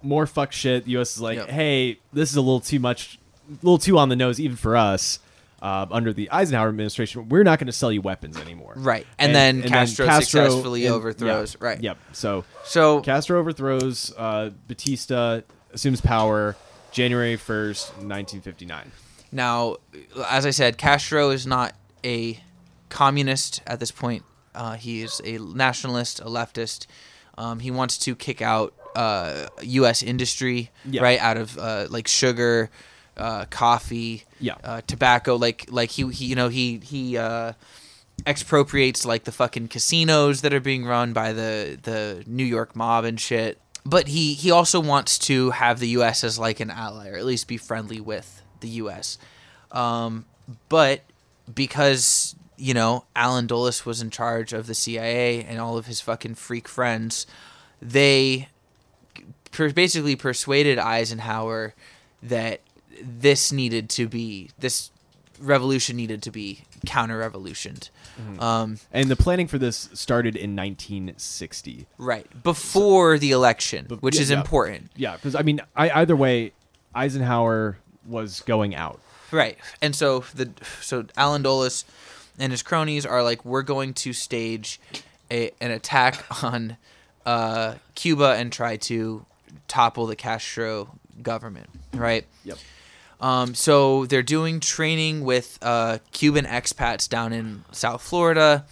more fuck shit. The U.S. is like, Mm-hmm. Yep. hey, this is a little too much, a little too on the nose even for us. Um, under the Eisenhower administration, we're not going to sell you weapons anymore. Right. And then Castro successfully overthrows- yeah, right. Yep. So So Castro overthrows. Uh, Batista assumes power. January first, nineteen fifty nine. Now, as I said, Castro is not a communist at this point. Uh, he is a nationalist, a leftist. Um, he wants to kick out uh, U.S. industry, Yeah. right, out of uh, like sugar, uh, coffee, Yeah. uh, tobacco. Like, like he, he, you know, he he uh, expropriates like the fucking casinos that are being run by the the New York mob and shit. But he he also wants to have the U.S. as like an ally, or at least be friendly with the U.S. Um, but because you know Alan Dulles was in charge of the CIA and all of his fucking freak friends, they per- basically persuaded Eisenhower that this needed to be this revolution needed to be counter-revolutioned. Um, And the planning for this started in 1960. right before the election, which yeah, is yeah. important. Yeah, because I mean, I, either way, Eisenhower was going out. Right. And so the so Alan Dulles and his cronies are like, we're going to stage a, an attack on uh, Cuba and try to topple the Castro government. Right. Yep. Um, so they're doing training with uh, Cuban expats down in South Florida,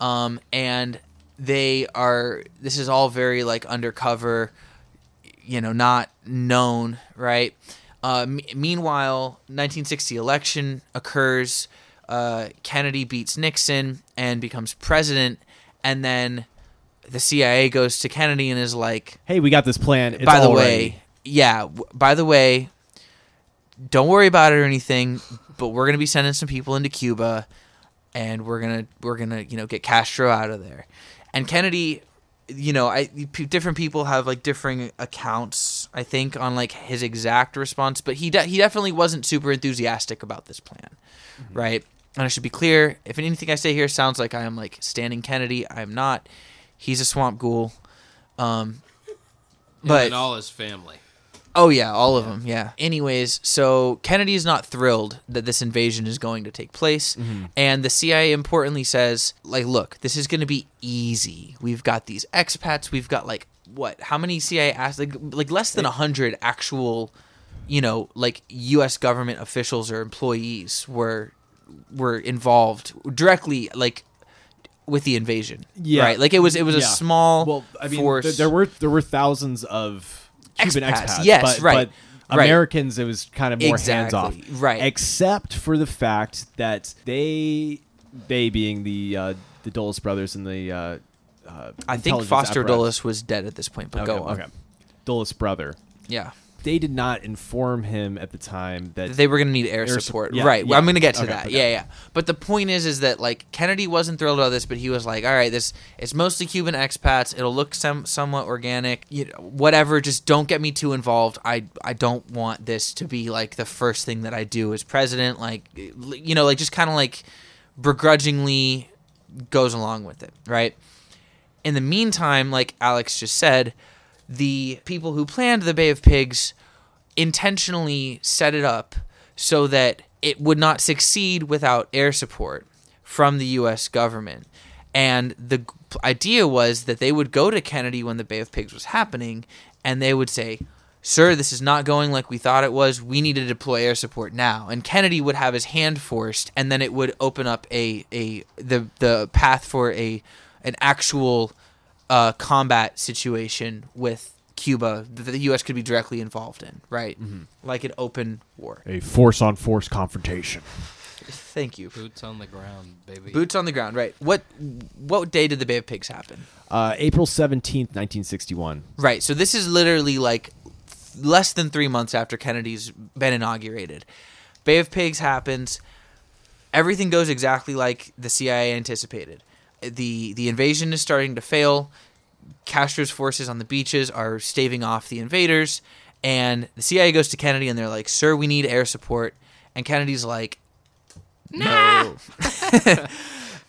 um, and they are. This is all very like undercover, you know, not known, right? Uh, me- meanwhile, 1960 election occurs. Uh, Kennedy beats Nixon and becomes president, and then the CIA goes to Kennedy and is like, Hey, we got this plan. It's by the all way, ready. yeah. W- by the way, don't worry about it or anything. But we're gonna be sending some people into Cuba, and we're gonna we're gonna you know get Castro out of there. And Kennedy, you know, I p- different people have like differing accounts. I think on like his exact response, but he de- he definitely wasn't super enthusiastic about this plan, right? And I should be clear: if anything I say here sounds like I am like standing Kennedy, I'm not. He's a swamp ghoul. Um, but and all his family. Oh yeah, all of them. Yeah. Anyways, so Kennedy is not thrilled that this invasion is going to take place, Mm-hmm. and the CIA importantly says, like, look, this is going to be easy. We've got these expats. We've got like what? How many CIA ass? Like, like less than hundred actual, you know, like U.S. government officials or employees were were involved directly, like with the invasion. Yeah. Right. Like it was it was a Yeah. small Well, I mean, force. th- there were there were thousands of Cuban Expats, expats. yes, but, right, But right. Americans, it was kind of more hands off. Exactly, right. Except for the fact that they, they being the uh, the Dulles brothers and the. Uh, uh, I think intelligence Foster apparatus. Dulles was dead at this point, but Okay, go on. okay. Dulles brother. Yeah. They did not inform him at the time that They were going to need air, Air sup- support. yeah, right. Well, yeah. I'm going to get to Okay, that. okay. Yeah, yeah. But the point is is that like Kennedy wasn't thrilled about this, but he was like, "All right, this it's mostly Cuban expats. It'll look some somewhat organic. You know, whatever, just don't get me too involved. I I don't want this to be like the first thing that I do as president, like you know, like just kind of like begrudgingly goes along with it, right? in the meantime, like Alex just said, the people who planned the Bay of Pigs intentionally set it up so that it would not succeed without air support from the U.S. government. And the g- idea was that they would go to Kennedy when the Bay of Pigs was happening and they would say, sir, this is not going like we thought it was. We need to deploy air support now. And Kennedy would have his hand forced, and then it would open up a a the the path for a an actual uh, combat situation with Cuba that the U.S. could be directly involved in, right? Like an open war. A force on force confrontation. Thank you. Boots on the ground, baby. Boots on the ground, right? What what day did the Bay of Pigs happen? Uh, April seventeenth, nineteen sixty-one. Right. So this is literally like th- less than three months after Kennedy's been inaugurated. Bay of Pigs happens. Everything goes exactly like the CIA anticipated. The the invasion is starting to fail. Castro's forces on the beaches are staving off the invaders, and the CIA goes to Kennedy and they're like, "Sir, we need air support." And Kennedy's like, "No."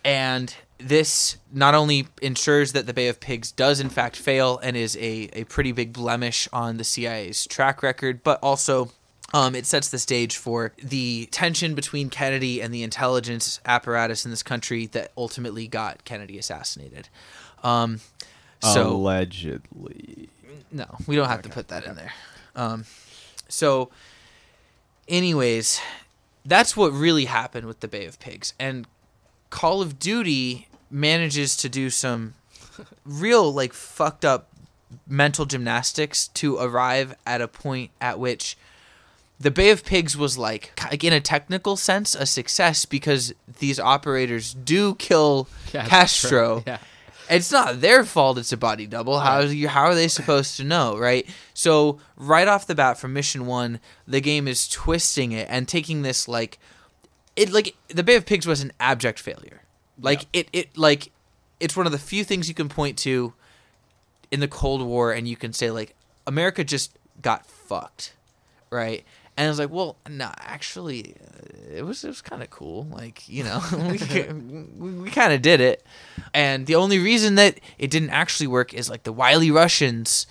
and this not only ensures that the Bay of Pigs does in fact fail and is a, a pretty big blemish on the CIA's track record, but also um, it sets the stage for the tension between Kennedy and the intelligence apparatus in this country that ultimately got Kennedy assassinated. Um, Oh, so Allegedly, no, we don't have to put that in there. Um, so, anyways, that's what really happened with the Bay of Pigs, and Call of Duty manages to do some real like fucked up mental gymnastics to arrive at a point at which the Bay of Pigs was like, like in a technical sense, a success because these operators do kill Castro, Castro. yeah. It's not their fault. It's a body double. How is you? How are they supposed to know, right? So right off the bat from mission one, the game is twisting it and taking this like, it like the Bay of Pigs was an abject failure. Like it, it like, it's one of the few things you can point to in the Cold War and you can say like America just got fucked, right? And it's like, well, no, actually, uh, it was it was kind of cool. Like, you know, we we, we kind of did it. And the only reason that it didn't actually work is like the wily Russians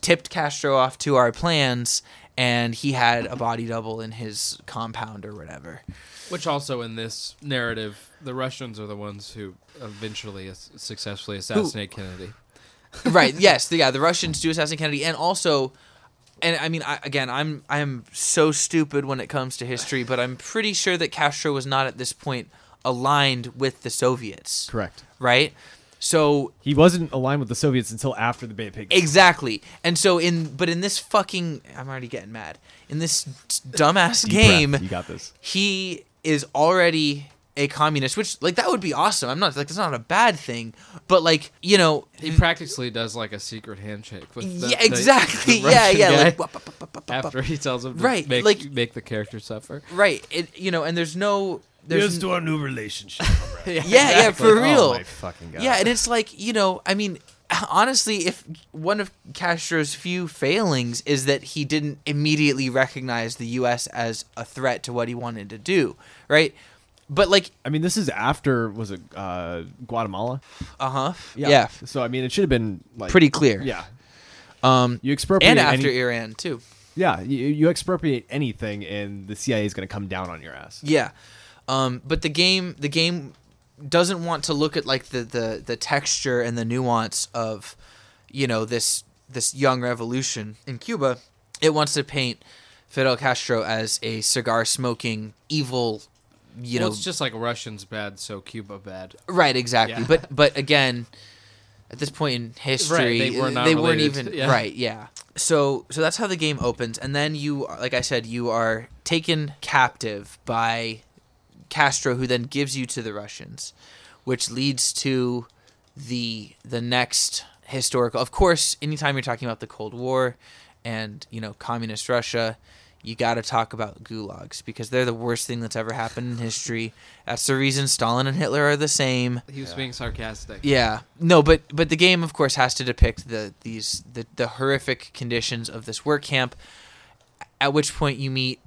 tipped Castro off to our plans, and he had a body double in his compound or whatever. Which also in this narrative, the Russians are the ones who eventually as- successfully assassinate Kennedy. right yes the, yeah the russians do assassinate kennedy and also and i mean I, again i'm i'm so stupid when it comes to history but i'm pretty sure that castro was not at this point aligned with the soviets correct. right so He wasn't aligned with the Soviets until after the Bay of Pigs. exactly and so in but in this fucking i'm already getting mad in this dumbass Deep breath. game You got this. he is already a communist which like that would be awesome i'm not like that's not a bad thing but like you know He practically does like a secret handshake with the, Mm. yeah the- exactly the yeah Russian yeah guy like, wop, wop, wop, wop, wop, wop. after he tells him to Right, make like- make the character suffer. Right. It you know, and there's no there's n- our new relationship. yeah, yeah, for real. Oh my fucking god. yeah, and it's like, you know, I mean, honestly, if one of Castro's few failings is that he didn't immediately recognize the US as a threat to what he wanted to do, right? But like, I mean, this is after was it uh, Guatemala? uh-huh. Yeah. So I mean, it should have been like Pretty clear. Yeah. Um You expropriate and after any- Iran too. yeah, you, you expropriate anything, and the CIA is going to come down on your ass. Yeah. Um, but the game the game doesn't want to look at like the, the the texture and the nuance of you know this this young revolution in Cuba. It wants to paint Fidel Castro as a cigar smoking evil you Well, know it's just like Russians bad, so Cuba bad. right exactly. Yeah. But but again at this point in history they were not weren't related. even Yeah. right yeah. So so that's how the game opens and then you like I said you are taken captive by Castro, who then gives you to the Russians, which leads to the the next historical. Of course, anytime you're talking about the Cold War and you know communist Russia, you got to talk about gulags because they're the worst thing that's ever happened in history. That's the reason Stalin and Hitler are the same. He was being sarcastic. Yeah. No, but but the game of course has to depict the these the, the horrific conditions of this work camp at which point you meet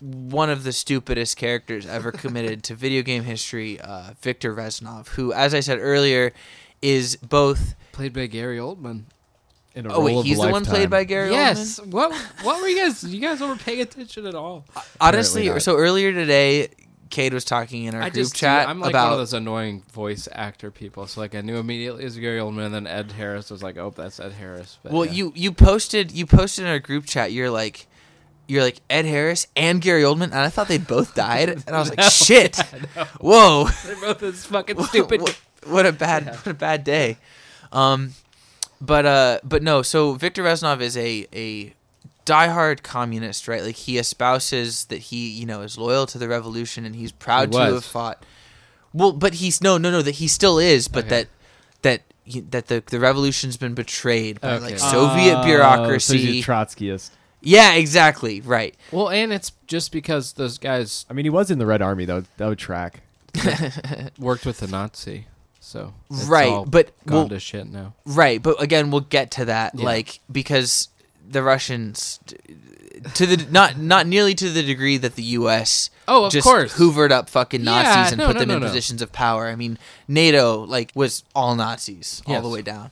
one of the stupidest characters ever committed to video game history, uh, Victor Reznov, who as I said earlier is both Played by Gary Oldman. In a Oh role wait, of he's a the one played lifetime. by Gary Oldman? Yes. What what were you guys you guys weren't paying attention at all. Honestly, Apparently not. so earlier today, Cade was talking in our I group just chat I'm like about one of those annoying voice actor people. So like I knew immediately it was Gary Oldman, and then Ed Harris was like, oh, that's Ed Harris. But Well, yeah. you you posted you posted in our group chat. You're like, you're like Ed Harris and Gary Oldman, and I thought they both died, and I was like, shit, whoa, they're both as fucking stupid. what, what a bad what a bad day. Um, but uh, but no. So Victor Reznov is a a diehard communist, right? Like he espouses that he you know is loyal to the revolution and he's proud to He was. have fought. Well, but he's no no no that he still is, but Okay. that that. he- That the, the revolution's been betrayed by like Okay. Soviet Oh, So bureaucracy. he's a Trotskyist. Yeah, exactly. Right. Well, and it's just because those guys I mean, he was in the Red Army though. That would track. worked with the Nazi, so it's Right, all but- gone well- to shit now. Right. But again, we'll get to that Yeah. like because the Russians to the not not nearly to the degree that the US Oh, of just course. hoovered up fucking Yeah, Nazis and no, put no, them no, in no. positions of power. I mean, NATO like was all Nazis all Yes. the way down.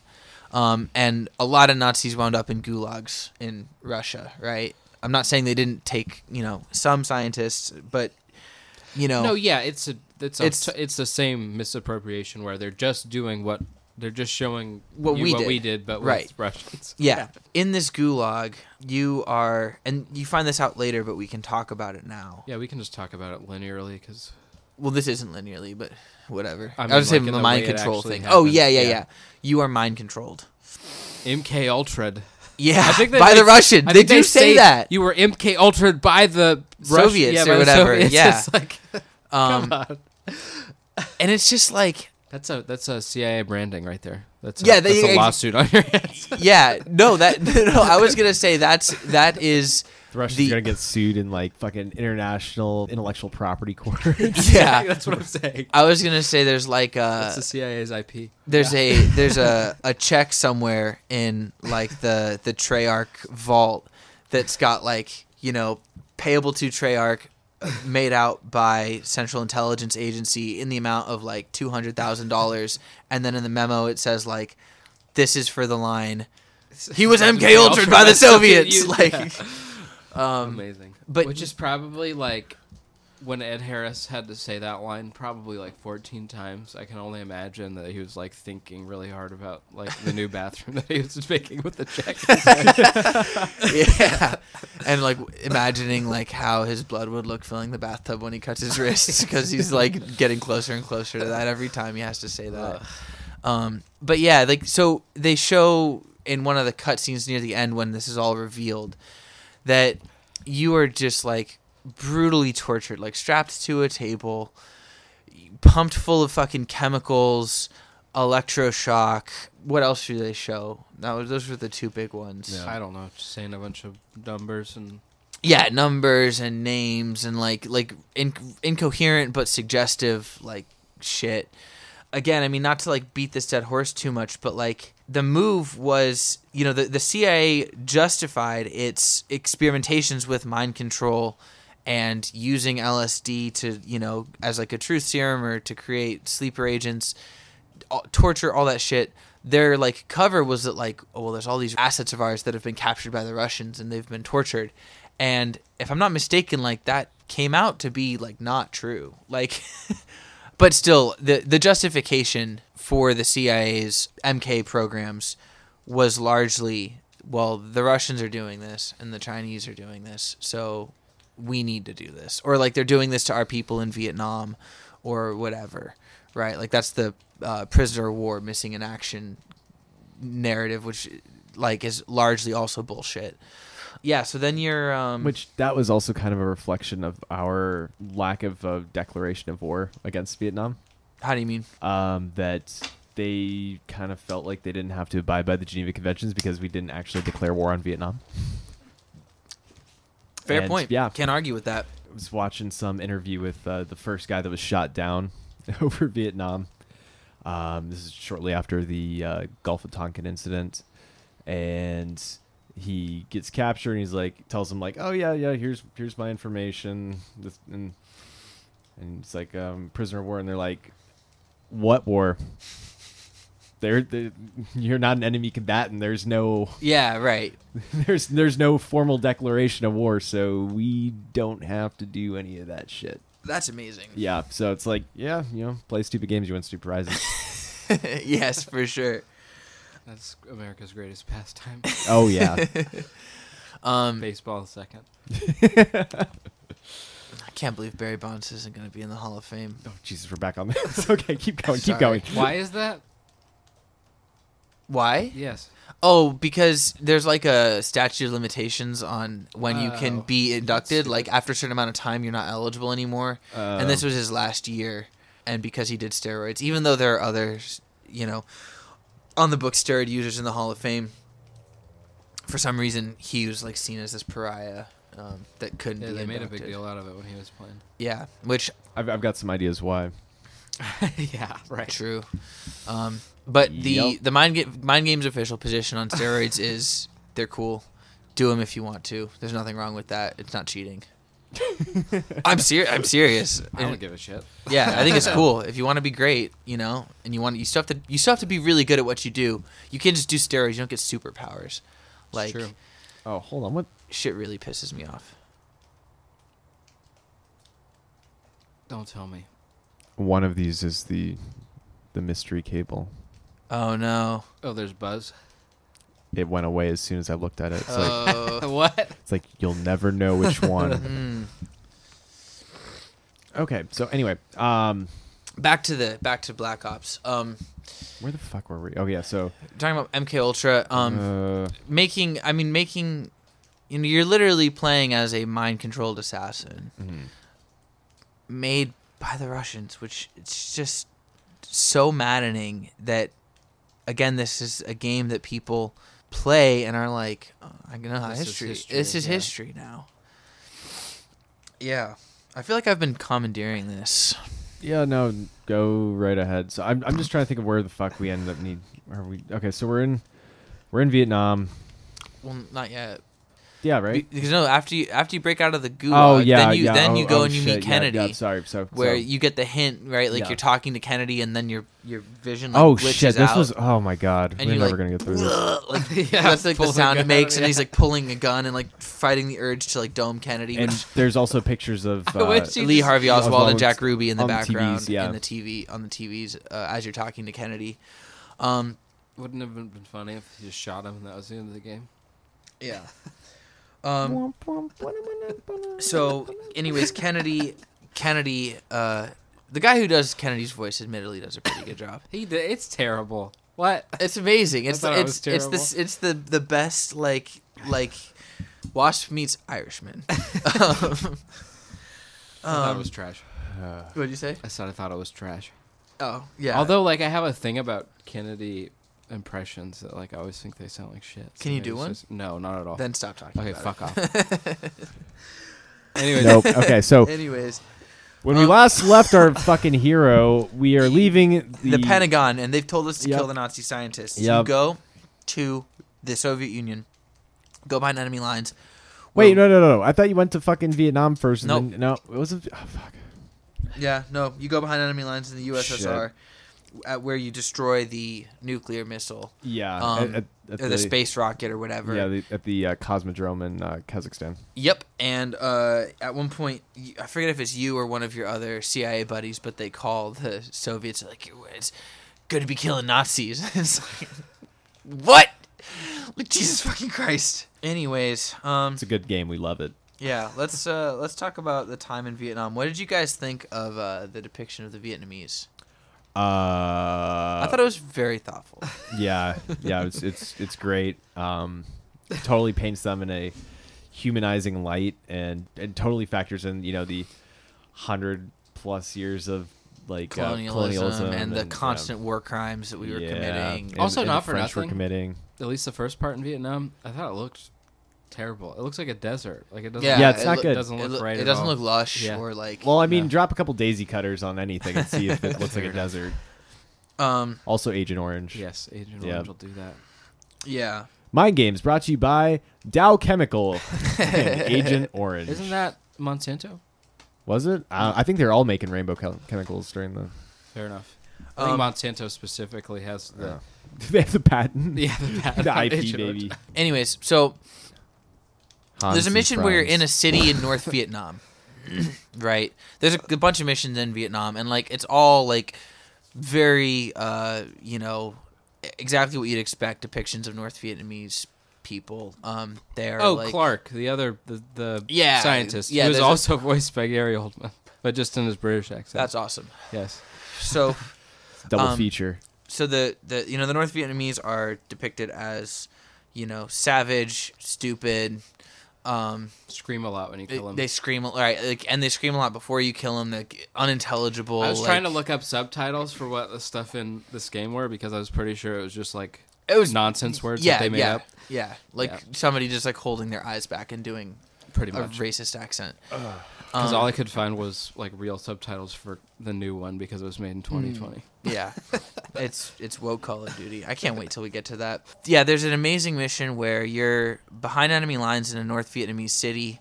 Um, and a lot of Nazis wound up in gulags in Russia, right? I'm not saying they didn't take, you know, some scientists, but you know, No, yeah, it's a it's a, It's- it's it's the same misappropriation where they're just doing what they're just showing What you we what did. we did, but Right. with Russians. Yeah. In this gulag, you are, and you find this out later, but we can talk about it now. Yeah, we can just talk about it linearly because Well, this isn't linearly, but whatever. I, I was mean, like, saying in the the mind way it control actually thing. Oh, happened. yeah, yeah, yeah, Yeah. You are mind controlled. MK Ultra. Yeah. I think they- by the they- Russian. I They think do say, that. you were MK Ultra by the Russian- Soviets yeah, or by the whatever, Soviets. yeah. It's like, um, come on. and it's just like, That's a that's a CIA branding right there. That's a, Yeah, they- that's a ex- lawsuit on your hands. yeah, no, that, no, I was going to say that's, that is, The Russians The- are gonna get sued in like fucking international intellectual property court. yeah. Uh, that's what I'm saying. I was going to say there's like a, That's the CIA's IP. there's a there's a, a check somewhere in like the the Treyarch vault that's got like you know payable to Treyarch made out by Central Intelligence Agency in the amount of like two hundred thousand dollars, and then in the memo it says like this is for the line he was MK Ultra by the Soviets like amazing. um, but- which is probably like when Ed Harris had to say that line probably like 14 times. I can only imagine that he was like thinking really hard about like the new bathroom that he was making with the check. yeah and like imagining like how his blood would look filling the bathtub when he cuts his wrists because he's like getting closer and closer to that every time he has to say that um but yeah like so they show in one of the cutscenes near the end when this is all revealed that you are just like brutally tortured like strapped to a table pumped full of fucking chemicals electroshock what else do they show that was those were the two big ones I don't know, just saying a bunch of numbers and yeah numbers and names and like like in, incoherent but suggestive like shit again i mean not to like beat this dead horse too much but like the move was you know the, the cia justified its experimentations with mind control and using lsd to you know as like a truth serum or to create sleeper agents all- torture, all that shit. Their like cover was that like, oh well, there's all these assets of ours that have been captured by the Russians and they've been tortured, and if I'm not mistaken, like that came out to be like not true. Like, but still, the the justification for the CIA's MK programs was largely, well, the Russians are doing this and the Chinese are doing this, so we need to do this, or like they're doing this to our people in Vietnam, or whatever, right? Like that's the uh, prisoner of war missing in action narrative, which like is largely also bullshit. Yeah. So then you're um, Which that was also kind of a reflection of our lack of a declaration of war against Vietnam. how do you mean? Um, that they kind of felt like they didn't have to abide by the Geneva Conventions because we didn't actually declare war on Vietnam. Fair And, point. yeah. Can't argue with that. I was watching some interview with uh, the first guy that was shot down over Vietnam. Um, this is shortly after the uh, Gulf of Tonkin incident, and he gets captured and he's like tells him like, "Oh yeah, yeah, here's here's my information," this, and and it's like um, prisoner of war, and they're like, "What war?" They're, they you're not an enemy combatant. There's no Yeah. Right. there's there's no formal declaration of war, so we don't have to do any of that shit. That's amazing. Yeah, so it's like, yeah, you know, play stupid games, you win stupid prizes. yes, for sure. That's America's greatest pastime. oh yeah, Um, Baseball is second. I can't believe Barry Bonds isn't going to be in the Hall of Fame. oh Jesus, we're back on this. okay, keep going, Sorry. keep going. Why is that? Why? Yes. Oh, because there's like a statute of limitations on when you can Oh, be inducted. Like after a certain amount of time, you're not eligible anymore. and Oh. Um, this was his last year, and because he did steroids, even though there are others, you know, on the book steroid users in the Hall of Fame, for some reason he was like seen as this pariah um, that couldn't Yeah, be they made a inducted. big deal out of it when he was playing. Yeah, which I've, I've got some ideas why. yeah, right. True. Um, but the Yep. the mind ga- mind games official position on steroids is they're cool. Do them if you want to. There's nothing wrong with that. It's not cheating. I'm serious. I'm serious. I don't give a shit. yeah, I think it's cool. If you want to be great, you know, and you want you still have to you still have to be really good at what you do. You can't just do steroids. You don't get superpowers. Like true. Oh, hold on, what? shit really pisses me off. Don't tell me. One of these is the the mystery cable. Oh no. Oh, there's Buzz. It went away as soon as I looked at it. It's like Oh. what? it's like you'll never know which one. Hmm. okay, so anyway, um, back to the back to Black Ops. Um, where the fuck were we? Oh yeah, so talking about MK Ultra. Um, uh, making i mean making you know you're literally playing as a mind controlled assassin hmm. made by the russians which it's just so maddening that again this is a game that people play and are like oh, i know how This is history. history, this is yeah. history now yeah i feel like i've been commandeering this yeah, no, go right ahead. So I'm I'm just trying to think of where the fuck we ended up need. Are we okay? So we're in we're in Vietnam. well not yet Yeah, right. Be- because no after you after you break out of the gulag Oh yeah, then you yeah. then oh, you go oh, and you shit, meet yeah, yeah, kennedy sorry, so where so- you get the hint, right? Like Yeah. you're talking to Kennedy, and then your your vision. Like, oh glitches shit, this out, was oh my god, and we're you're never like, gonna get through this. Like, Yeah, that's like the pulling a sound it gun, makes, and he's yeah. like pulling a gun and like fighting the urge to like dome Kennedy. And which there's also pictures of uh, wish you- Lee just- Harvey Oswald Oswald and was Jack Ruby in the on the background TVs, yeah. in the TV on the TVs uh, as you're talking to Kennedy. Um, Wouldn't have been been funny if you just shot him and that was the end of the game. yeah. Um, so, anyways, Kennedy, Kennedy, uh, the guy who does Kennedy's voice, admittedly, does a pretty good job. He did. It's terrible. What? It's amazing. It's thought the, I was it's it's this it's the the best like like Wasp meets Irishman. um, I thought it was trash. what did you say? I said I thought it was trash. Oh uh, yeah. Although, like, I have a thing about Kennedy impressions that, like, I always think they sound like shit. So Can you maybe do it's one? just- no, not at all. then stop talking. okay, about fuck off. It. Anyways, nope. Okay, so nope. anyways, when we last left our fucking hero, we are leaving the, the, Pentagon and they've told us to kill Yep. the Nazi scientists. You Yep. go to the Soviet Union. Go behind enemy lines. Wait, no, We're- no, no, no. I thought you went to fucking Vietnam first. And Nope. then, no, it was a, oh, fuck. Yeah, no, you go behind enemy lines in the USSR, at where you destroy the nuclear missile Yeah, at, um, at- at or the, space rocket or whatever. Yeah, the, at the uh, Cosmodrome in uh, Kazakhstan. Yep, and uh, at one point, y- I forget if it's you or one of your other CIA buddies, but they call the Soviets like it's good to be killing Nazis. it's like what? Like, Jesus fucking Christ. Anyways, um, It's a good game. We love it. yeah, let's uh, let's talk about the time in Vietnam. What did you guys think of uh, the depiction of the Vietnamese? Uh, I thought it was very thoughtful. yeah yeah it's it's it's great um totally paints them in a humanizing light and and totally factors in you know the hundred plus years of like Colonialism, uh, colonialism and the um, constant war crimes that we were yeah, committing. and- Also and the not for French were nothing. committing at least the first part in Vietnam, I thought it looked terrible. It looks like a desert. Like it doesn't. Yeah, Yeah, it's it not loo- good. doesn't It, look loo- right it at doesn't all. look lush Yeah. or like well i mean No. drop a couple daisy cutters on anything and see if it looks like a Fair enough. desert um also agent orange Yes, Agent Yeah. Orange will do that. yeah. mind games brought to you by dow chemical and agent orange Isn't that Monsanto? was it uh, i think they're all making rainbow chem- chemicals during the Fair enough. I Um, think Monsanto specifically has the they have the patent yeah, the, bad the ip Agent Orange. baby Anyways, so Hans there's a and mission where you're Franz. in a city in North Vietnam. right? There's a, a bunch of missions in Vietnam, and like it's all like very, uh, you know, e, exactly what you'd expect depictions of North Vietnamese people. Um, they're Oh, like, Clark, the other the, the Yeah, scientist, yeah, who is there's a- also voiced by Gary Oldman, but just in his British accent. That's awesome. yes. So. Double Um, feature. so the the you know the North Vietnamese are depicted as you know savage, stupid. Um, Scream a lot when you they, kill him. they scream a- right, like, and they scream a lot before you kill them. Like unintelligible. I was trying to like- look up subtitles for what the stuff in this game were because I was pretty sure it was just like It was nonsense words yeah, that they made yeah, up. yeah. Like Yeah. somebody just like holding their eyes back and doing Pretty a much. racist accent. Because Um, all I could find was like real subtitles for the new one because it was made in Hmm. 2020. Yeah, it's it's woke Call of Duty. I can't wait till we get to that. Yeah, there's an amazing mission where you're behind enemy lines in a North Vietnamese city,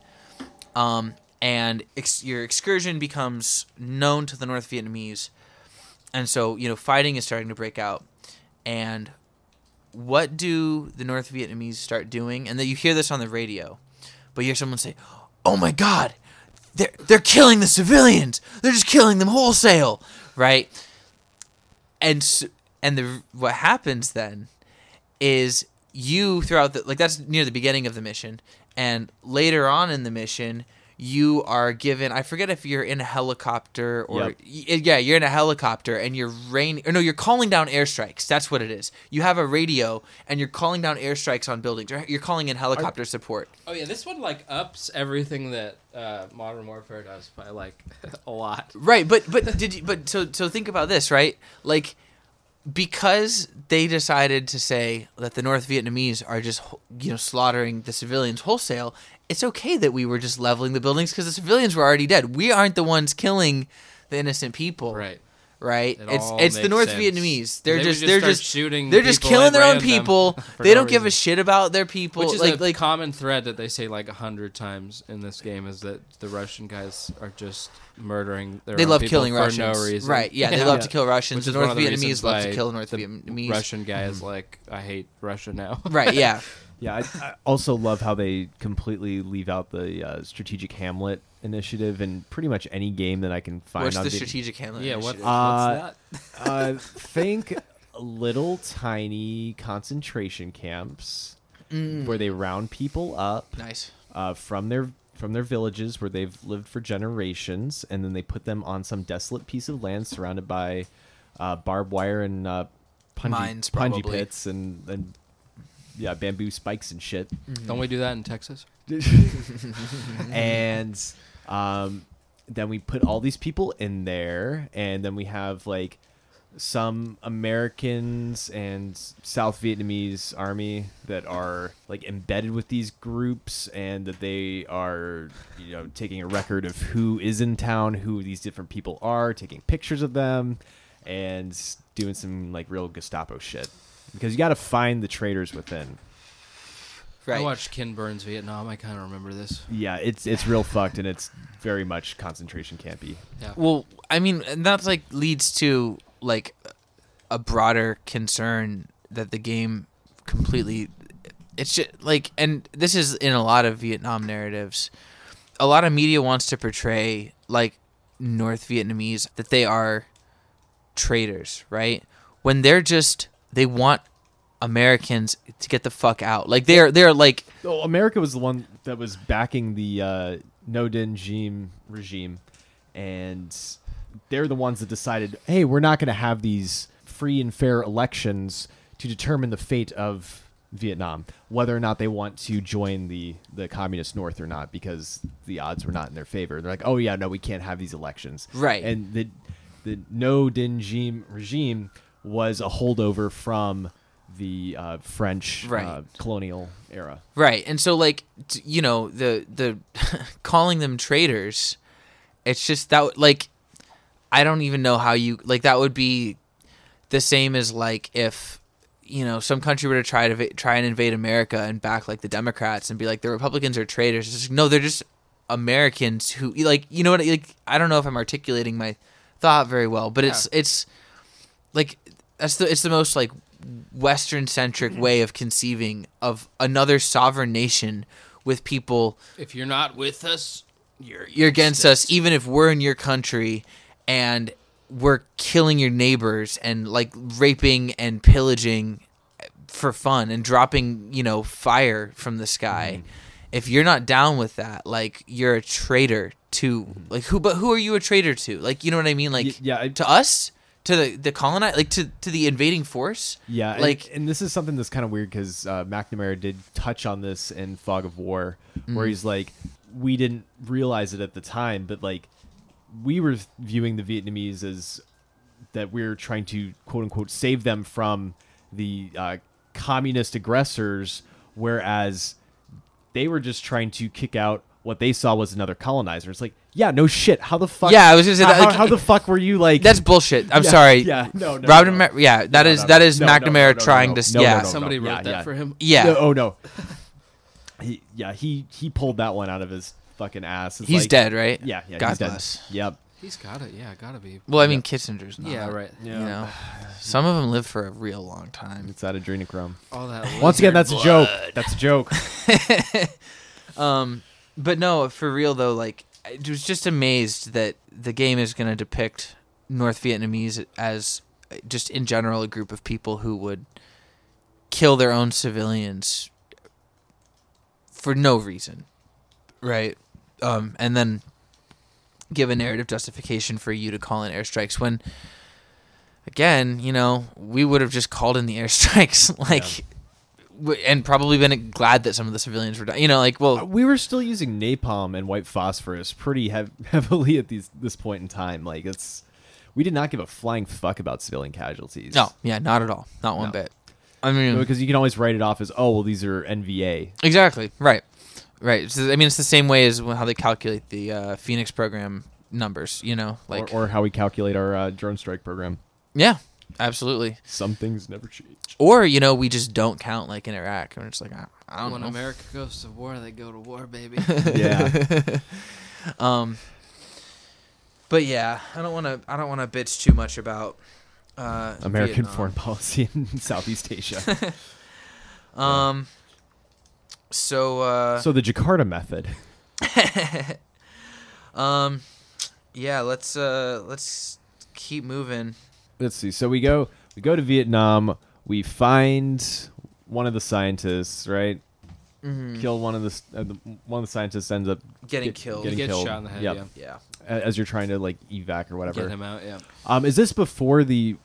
um, and ex- your excursion becomes known to the North Vietnamese, and so you know fighting is starting to break out, and what do the North Vietnamese start doing? And then you hear this on the radio, but you hear someone say, "Oh my God, they're they're killing the civilians. They're just killing them wholesale, right?" and s and the what happens then is you throughout the like that's near the beginning of the mission and later on in the mission you are given i forget if you're in a helicopter or Yep. y- yeah you're in a helicopter and you're rain or no you're calling down airstrikes that's what it is you have a radio and you're calling down airstrikes on buildings or you're calling in helicopter support Oh yeah, this one like ups everything that uh, Modern Warfare does by like a lot. Right, but but did you but so so think about this, right? Like because they decided to say that the North Vietnamese are just you know slaughtering the civilians wholesale, it's okay that we were just leveling the buildings cuz the civilians were already dead. We aren't the ones killing the innocent people. Right. Right? It it's all it's the makes North sense. Vietnamese. They're They would just, just they're start just shooting They're just people killing at their own random people. for They no don't give a reason. shit about their people. Which is like a like common thread that they say like a hundred times in this game is that the Russian guys are just murdering their they own love people killing for Russians. no reason. Right. Yeah, they love Yeah. to kill Russians. Which The is one North of the Vietnamese reasons love to why kill North the Vietnamese. Russian guy is like, I hate Russia now. Right, yeah. Yeah, I, I also love how they completely leave out the uh, strategic Hamlet initiative in pretty much any game that I can find. What's on the vi- strategic handling? yeah. What, initiative? Uh, what's that? uh, think little tiny concentration camps Mm. where they round people up nice. uh, from their from their villages where they've lived for generations, and then they put them on some desolate piece of land surrounded by uh, barbed wire and uh, punji, Mines, punji probably. pits and and yeah, bamboo spikes and shit. Don't we do that in Texas? and um, then we put all these people in there, and then we have like some Americans and South Vietnamese army that are like embedded with these groups, and that they are you know taking a record of who is in town, who these different people are, taking pictures of them, and doing some like real Gestapo shit. Because you got to find the traitors within. Right. I watched Ken Burns Vietnam. I kind of remember this. Yeah, it's it's real fucked, and it's very much concentration campy. Yeah. well, I mean, and that like leads to like a broader concern that the game completely. It's just like, and this is in a lot of Vietnam narratives. A lot of media wants to portray like North Vietnamese that they are traitors, right? When they're just they want Americans to get the fuck out. Like they're they're like Well, America was the one that was backing the uh, No Din Jim regime, and they're the ones that decided, hey, we're not going to have these free and fair elections to determine the fate of Vietnam, whether or not they want to join the the communist North or not, because the odds were not in their favor. They're like, oh yeah, no, we can't have these elections, Right. And the the No Din Jim regime was a holdover from the uh, French uh, Right. colonial era. Right. And so like t- you know, the the calling them traitors, it's just that like I don't even know how you like that would be the same as like if you know some country were to try to va- try and invade America and back like the Democrats and be like the Republicans are traitors. It's just, no, they're just Americans who like you know what like I don't know if I'm articulating my thought very well, but it's it's like that's the it's the most like Western centric way of conceiving of another sovereign nation with people If you're not with us, You're you're against us even if we're in your country and we're killing your neighbors and like raping and pillaging for fun and dropping you know fire from the sky Mm-hmm. if you're not down with that like you're a traitor to like who but who are you a traitor to like you know what i mean like Mm-hmm. Y- yeah, I- to us to the the colonize like to to the invading force Yeah, and- like and, this is something that's kind of weird because uh, McNamara did touch on this in Fog of War, Mm. where he's like, we didn't realize it at the time, but like, we were viewing the Vietnamese as that we are trying to quote unquote save them from the uh, communist aggressors, whereas they were just trying to kick out what they saw was another colonizer. It's like, yeah, no shit. How the fuck? Yeah, I was gonna say how, that, how- like- how the fuck were you like? that's bullshit i'm Yeah, sorry yeah, no, no, Robin no. Ma- yeah that No, is no, that no, is no, no, mcnamara no, no, no, trying no, to no, no, yeah no, Somebody wrote yeah, that yeah. for him. yeah No, oh no. He, yeah, he he pulled that one out of his fucking ass. It's He's like- dead, right? Yeah, yeah, God he's dead. bless. Yep. He's gotta, yeah, gotta be. Well, I mean, Kissinger's not. yeah, right. You know, some of them live for a real long time. It's that adrenochrome. All that. Once again, lizard that's a joke. That's a joke. Um, but no, for real though, like I was just amazed that the game is going to depict North Vietnamese as uh, just in general a group of people who would kill their own civilians for no reason, right? Um, and then give a narrative justification for you to call in airstrikes when again you know we would have just called in the airstrikes like w- and probably been glad that some of the civilians were done you know like well we were still using napalm and white phosphorus pretty hev- heavily at these this point in time. Like it's, we did not give a flying fuck about civilian casualties. No, yeah, not at all. Not one No. bit. I mean, because you can always write it off as oh well these are NVA. exactly right, right. So, I mean, it's the same way as how they calculate the uh, Phoenix program numbers. You know, like or, or how we calculate our uh, drone strike program. yeah, absolutely. Some things never change. Or you know, we just don't count like in Iraq. And it's like I, I don't When know. America goes to war, they go to war, baby. Yeah. Um, but yeah, I don't want to. I don't want to bitch too much about uh, American Vietnam. foreign policy in Southeast Asia. Um. So. Uh, so the Jakarta method. um. Yeah. Let's. Uh. Let's keep moving. let's see. So we go we go to Vietnam. We find one of the scientists, right? Mm-hmm. Kill one of the, s- uh, the one of the scientists ends up Getting killed. He Getting gets killed. shot in the head. Yep. Yeah. Yeah. a- as you're trying to like evac or Get whatever. him out. Yeah. Um, is this before the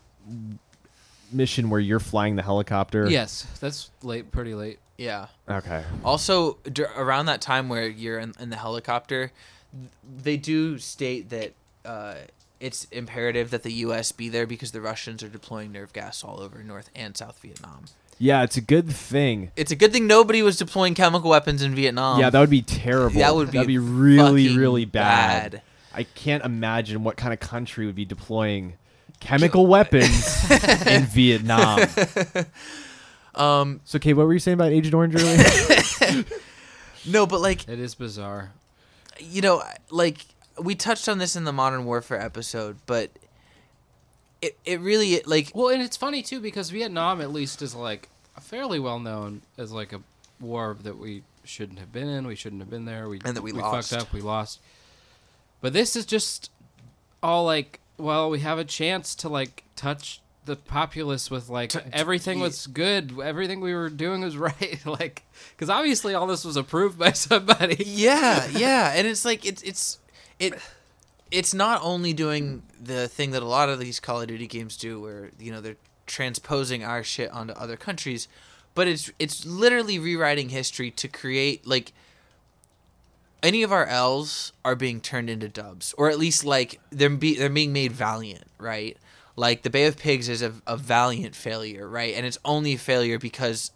mission where you're flying the helicopter? Yes, that's late. Pretty late. Yeah. Okay. Also, dur- around that time where you're in, in the helicopter, th- they do state that uh, it's imperative that the U.S. be there because the Russians are deploying nerve gas all over North and South Vietnam. Yeah, it's a good thing. It's a good thing nobody was deploying chemical weapons in Vietnam. yeah, that would be terrible. Um, that would be That'd be really fucking really bad. bad. I can't imagine what kind of country would be deploying chemical weapons in Vietnam. um, So, Kate, what were you saying about Agent Orange earlier? no, but like It is bizarre. you know, like we touched on this in the Modern Warfare episode, but it it really like Well, and it's funny too because Vietnam, at least, is like fairly well known as like a war that we shouldn't have been in. We shouldn't have been there. We And that we lost. fucked up. We lost. But this is just all like, well, we have a chance to like touch the populace with like everything was good. Everything we were doing was right. like, because obviously all this was approved by somebody. yeah yeah and it's like it's it's it it's not only doing the thing that a lot of these call of duty games do where you know they're transposing our shit onto other countries but it's it's literally rewriting history to create like any of our L's are being turned into dubs, or at least like they're be, they're being made valiant, right? Like the Bay of Pigs is a, a valiant failure, right? And it's only a failure because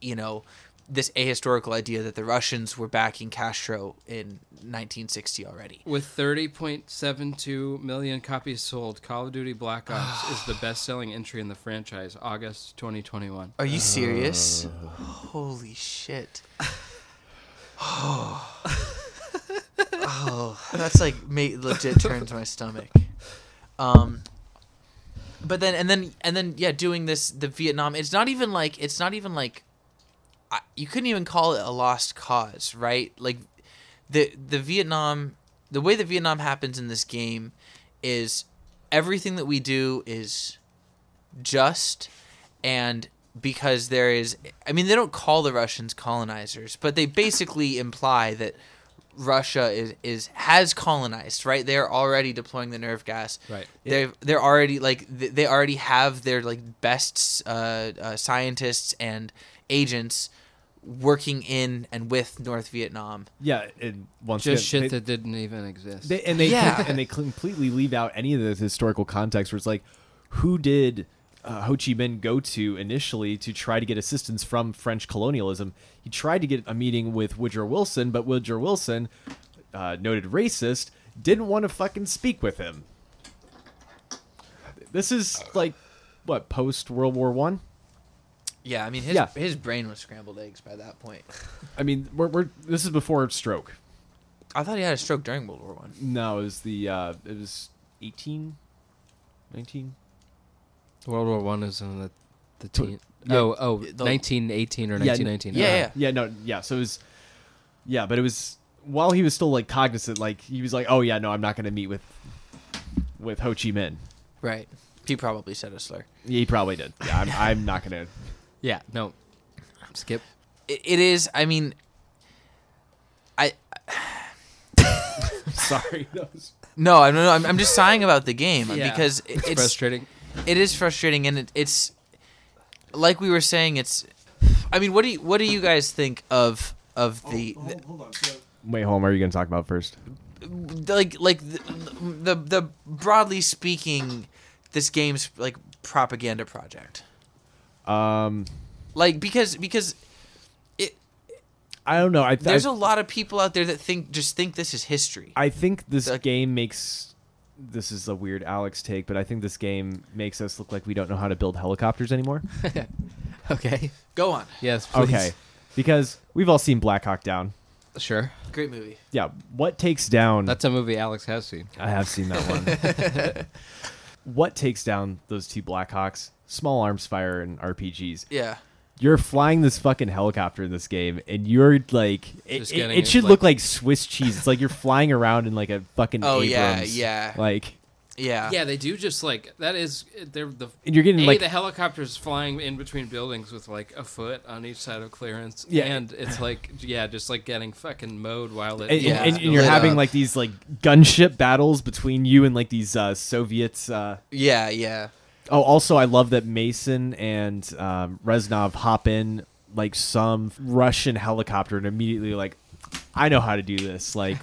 you know this ahistorical idea that the Russians were backing Castro in 1960 already. With 30.72 million copies sold, Call of Duty Black Ops is the best-selling entry in the franchise, August 2021. Are you serious? Holy shit. oh, that's like mate legit turns my stomach. Um but then and then and then yeah, doing this the Vietnam, it's not even like it's not even like I, you couldn't even call it a lost cause, right? Like the the Vietnam the way that Vietnam happens in this game is everything that we do is just and because there is I mean they don't call the Russians colonizers, but they basically imply that Russia is, is has colonized, right? They're already deploying the nerve gas. Right. They've they're already like th- they already have their like best uh, uh, scientists and agents working in and with North Vietnam. Yeah, and once Just again, shit they- that didn't even exist. They, and they Yeah. and they completely leave out any of the historical context where it's like, who did uh, Ho Chi Minh go to initially to try to get assistance from French colonialism? He tried to get a meeting with Woodrow Wilson, but Woodrow Wilson, uh, noted racist, didn't want to fucking speak with him. This is like what post World War One. Yeah, I mean his Yeah. his brain was scrambled eggs by that point. I mean, we're, we're this is before stroke. I thought he had a stroke during World War One. No, it was the uh, it was 18, 19? World War One is in the the teen. yeah. Oh, oh, The- 1918 or Yeah, 1919. yeah, Uh, yeah. yeah no yeah so it was yeah but it was while he was still like cognizant like he was like oh yeah no i'm not going to meet with with ho chi minh Right. He probably said a slur. yeah, he probably did yeah i'm, I'm not going to Yeah. No. Skip. It, it is. I mean, I sorry that was- no, I'm no, I'm, I'm just sighing about the game Yeah. because it- It's, it's frustrating. it is frustrating and it, it's like we were saying it's i mean what do you what do you guys think of of the, wait home are you going to talk about first the- like like the, the the broadly speaking this game's like propaganda project um like because because it i don't know i, I, there's a lot of people out there that think just think this is history I think this The- game makes this is a weird alex take but i think this game makes us look like we don't know how to build helicopters anymore Okay. go on Yes. Please. okay because we've all seen black hawk down Sure. great movie yeah what takes down That's a movie Alex has seen. I have seen that one. what takes down those two Blackhawks? Small arms fire and RPGs. yeah You're flying this fucking helicopter in this game, and you're like, it, Just it- getting it it, should like- look like Swiss cheese. It's like you're flying around in like a fucking Oh, yeah, Abrams. yeah. Like, yeah Yeah, they do just like that is they're the And you're getting, A, like- the helicopters flying in between buildings with like a foot on each side of clearance. Yeah. and it's like yeah, just like getting fucking mowed while it. and, Yeah. and, and you're Lit having up. like these like gunship battles between you and like these uh, Soviets. Uh... yeah yeah Oh, also, I love that Mason and um, Reznov hop in like some Russian helicopter and immediately like, I know how to do this. Like,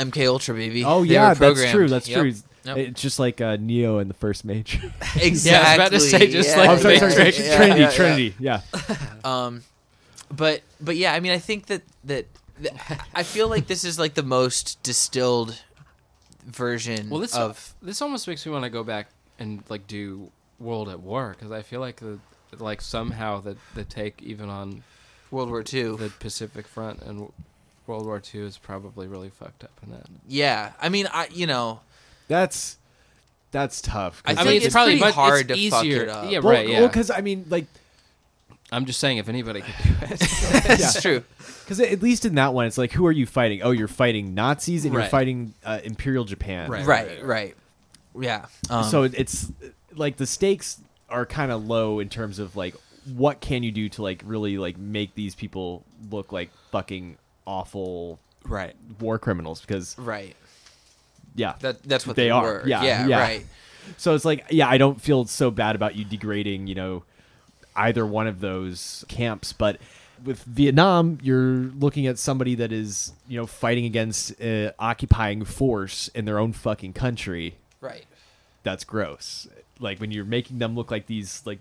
mk ultra baby Oh They yeah, were that's true. programmed. That's Yep. true. It's- Yep. It's just like uh, Neo in the first Mage. exactly Yeah, I was about to say, just yeah, like oh, sorry, yeah, sorry, sorry. yeah, Trinity, yeah, yeah. Trinity. Yeah. Um, but but yeah, I mean, I think that that, that I feel like this is like the most distilled version Well, this of this almost makes me want to go back and like do World at War because I feel like the like somehow that the take even on World War II. the Pacific Front and w- World War II is probably really fucked up in that. yeah, I mean, I you know, That's that's tough. 'cause I mean, it's pretty hard to fuck it up. Yeah, well, right. Yeah, because I mean, like, I'm just saying if anybody could do it. it's Yeah. true. because at least in that one, it's like, who are you fighting? Oh, you're fighting Nazis and you're Right. fighting uh, Imperial Japan. Right. Right, right, yeah. Um, so it- it's uh, like the stakes are kind of low in terms of like what can you do to like really like make these people look like fucking awful right, war criminals because right. yeah That that's what They they, are. were. Yeah, Yeah, yeah. right. So it's like, yeah, I don't feel so bad about you degrading, you know, either one of those camps. But with Vietnam, you're looking at somebody that is, you know, fighting against uh, occupying force in their own fucking country. Right. That's gross. Like when you're making them look like these like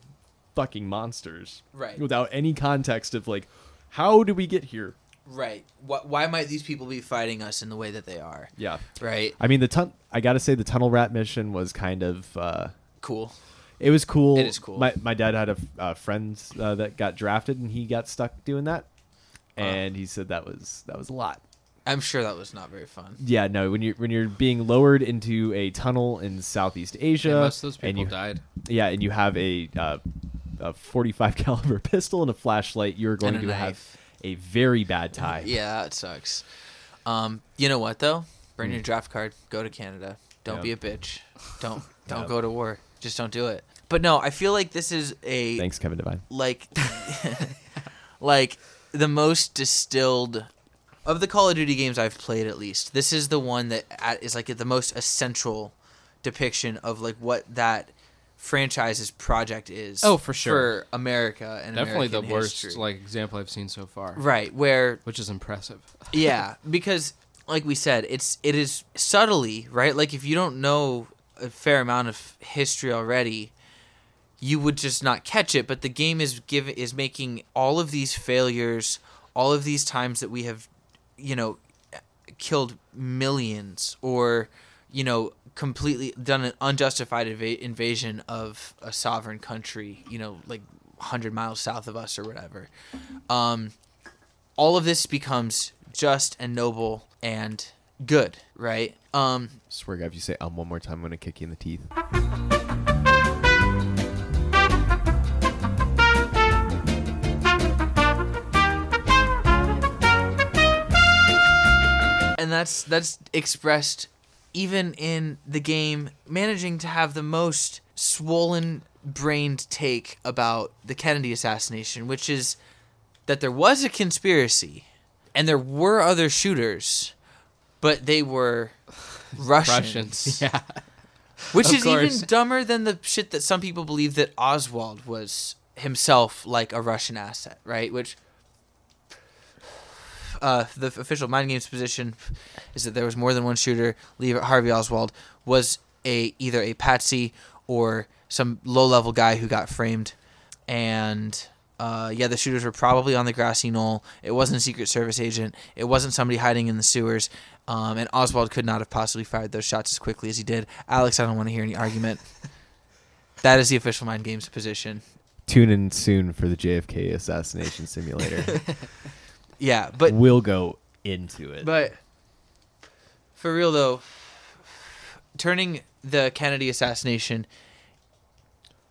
fucking monsters, Right. Without any context of like, how do we get here? Right. Why, why might these people be fighting us in the way that they are? Yeah. Right. I mean the tun- I gotta say the tunnel rat mission was kind of uh, Cool. It was cool. It is cool. My, my dad had a f- uh, friend uh, that got drafted, and he got stuck doing that, Uh. and he said that was that was a lot. I'm sure that was not very fun. Yeah, no. When you when you're being lowered into a tunnel in Southeast Asia, And most of those and people you- died. Yeah, and you have a, uh, a 45 caliber pistol and a flashlight. You're going a to have knife. a very bad time. Yeah, that sucks. Um, you know what though? Burn Hmm. your draft card. Go to Canada. Don't Yep. be a bitch. Don't don't Yep. go to war. Just don't do it. But no, I feel like this is a Thanks, Kevin Devine. like like the most distilled of the Call of Duty games I've played at least. This is the one that at- is like the most essential depiction of like what that franchise's project is. Oh, for sure. For America and Definitely American the worst history. like example I've seen so far. right where Which is impressive. yeah because like we said it's it is subtly right like if you don't know a fair amount of history already you would just not catch it but the game is give is making all of these failures all of these times that we have you know killed millions or you know completely done an unjustified inv- invasion of a sovereign country you know like 100 miles south of us or whatever um all of this becomes just and noble and good, right? Um, Swear, to God, if you say um one more time, I'm gonna kick you in the teeth. and that's that's expressed even in the game managing to have the most swollen brained take about the Kennedy assassination, which is that there was a conspiracy and there were other shooters, but they were Russians. Yeah. Which Of is course. even dumber than the shit that some people believe that Oswald was himself like a Russian asset, right? Which uh, the f- official Mind Games position is that there was more than one shooter. Lee Harvey Oswald was a either a patsy or some low-level guy who got framed, and uh, yeah, the shooters were probably on the grassy knoll. It wasn't a Secret Service agent. It wasn't somebody hiding in the sewers. Um, and Oswald could not have possibly fired those shots as quickly as he did. Alex, I don't want to hear any argument. that is the official Mind Games position. Tune in soon for the JFK assassination simulator. Yeah, but we'll go into it. But for real though, turning the Kennedy assassination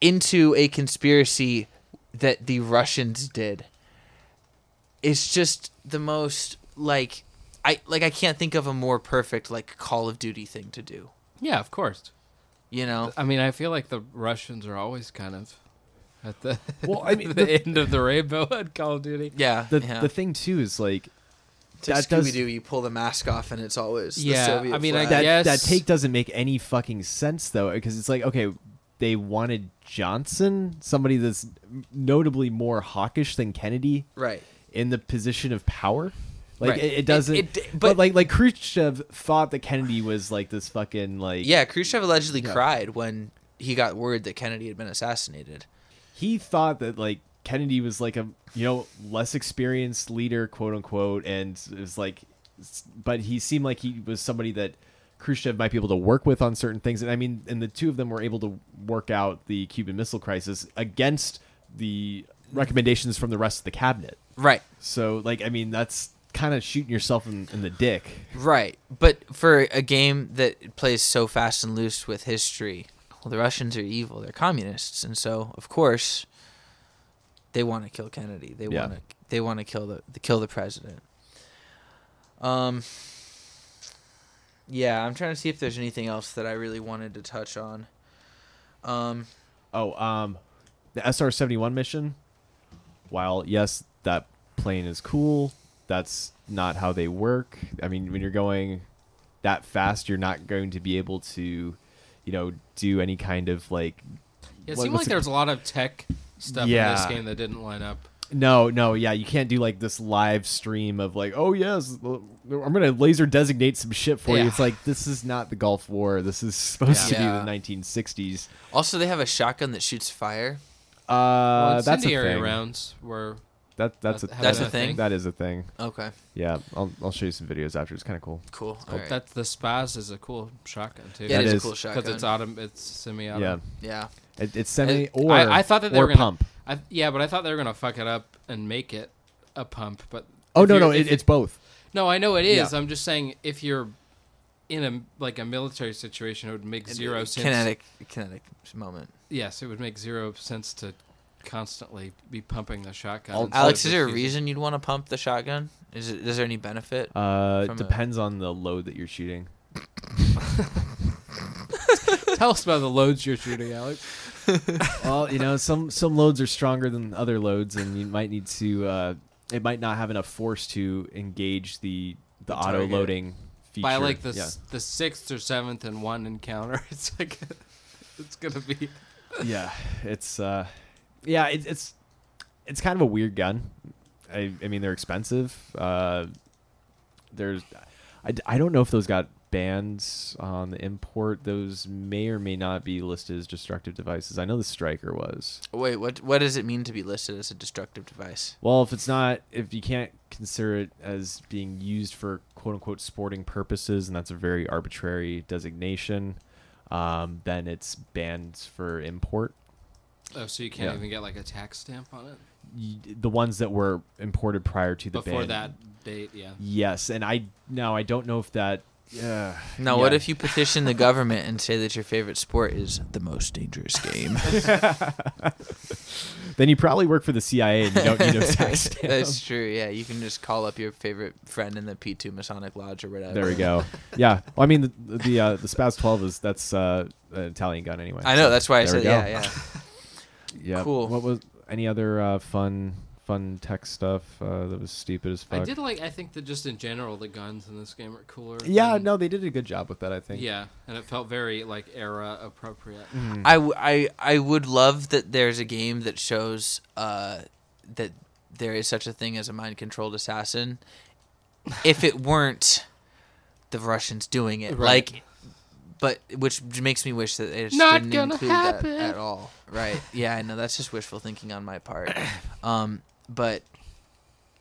into a conspiracy that the Russians did is just the most like I like I can't think of a more perfect like Call of Duty thing to do. Yeah, of course. You know? I mean, I feel like the Russians are always kind of at the well, I mean, the, the, end of the rainbow at Call of Duty. Yeah. the, yeah. the thing too is like To that does- Scooby Doo, you pull the mask off and it's always Yeah, The Soviet I mean, I flag. that guess- that take doesn't make any fucking sense though because it's like okay they wanted johnson somebody that's notably more hawkish than kennedy right. in the position of power like Right. it, it It- doesn't it- but, but- like like khrushchev thought that kennedy was like this fucking like Yeah, Khrushchev allegedly cried when he got word that Kennedy had been assassinated. he thought that like kennedy was like a you know less experienced leader quote unquote and it was like s- but he seemed like he was somebody that khrushchev might be able to work with on certain things and i mean and the two of them were able to work out the cuban missile crisis against the recommendations from the rest of the cabinet Right, so like i mean that's kind of shooting yourself in, in the dick right. But for a game that plays so fast and loose with history, well, the Russians are evil. They're communists, and so of course they want to kill Kennedy. They Yeah. want to they want to kill the, the kill the president. Um. Yeah, I'm trying to see if there's anything else that I really wanted to touch on. Um. Oh, um, the SR seventy one mission. While yes, that plane is cool. That's not how they work. I mean, when you're going that fast, you're not going to be able to, you know, do any kind of like. Yeah, it what- seemed what's like there was a lot of tech stuff in this Yeah. game that didn't line up. No, no, yeah, you can't do like this live stream of like, oh yes, l- I'm gonna laser designate some shit for Yeah. you. It's like this is not the Gulf War. This is supposed Yeah. to be the 1960s. Also, they have a shotgun that shoots fire. Uh, Well, that's a incendiary thing. rounds were That that's a That- That's a thing? That is a thing. Okay, Yeah, I'll, I'll show you some videos after. It's kind of cool. cool. All Well, right. That's the Spaz is a cool shotgun too. Yeah, That it is, is- a cool shotgun. because it's autumn, it's semi-auto. Yeah, yeah. it, it's semi I- or I, I thought that they or were gonna, pump. I, yeah, but I thought they were gonna fuck it up and make it a pump. But Oh if no, you're- no, if it, it's both. No, I know it is. Yeah. I'm just saying if you're in a like a military situation, it would make zero sense. Kinetic, kinetic moment. Yes, it would make zero sense to constantly be pumping the shotgun. Al- instead Alex, of is just there a using- reason you'd want to pump the shotgun? Is, it, is there any benefit? Uh, From a- depends on the load that you're shooting. Tell us about the loads you're shooting, Alex. well, you know, some some loads are stronger than other loads, and you might need to. Uh, it might not have enough force to engage the the, auto target. loading feature. By like the yeah, s the sixth or seventh and one encounter, it's like it's gonna be. yeah, it's uh, yeah, it, it's it's kind of a weird gun. I I mean, they're expensive. Uh, there's, I, d- I don't know if those got banned on the import. Those may or may not be listed as destructive devices. I know the Striker was. Wait, what what does it mean to be listed as a destructive device? Well, if it's not, if you can't consider it as being used for quote unquote sporting purposes, and that's a very arbitrary designation, um, then it's banned for import. Oh, so you can't Yeah. even get like a tax stamp on it Y- The ones that were imported prior to the before ban. that date. Yeah. Yes, and I now I don't know if that. Uh, Now, what if you petition the government and say that your favorite sport is the most dangerous game? Then you probably work for the CIA and you don't need a tax stamp. That's true. Yeah, you can just call up your favorite friend in the P2 Masonic Lodge or whatever. There we go. Yeah. Well, I mean the the uh, the Spaz 12 is that's uh, an Italian gun anyway. I know. so That's why I there we said go. yeah, yeah. Yeah. Cool. What was any other uh, fun fun tech stuff uh, that was stupid as fuck? I did like. I think that just in general, the guns in this game are cooler. Yeah, than- no, they did a good job with that. I think. Yeah, and it felt very like era appropriate. I, w- I, I would love that there's a game that shows uh, that there is such a thing as a mind controlled assassin. If it weren't the Russians doing it, Right. like, but which makes me wish that they just Not didn't gonna include happen. that at all. Right? Yeah, I know that's just wishful thinking on my part. Um, but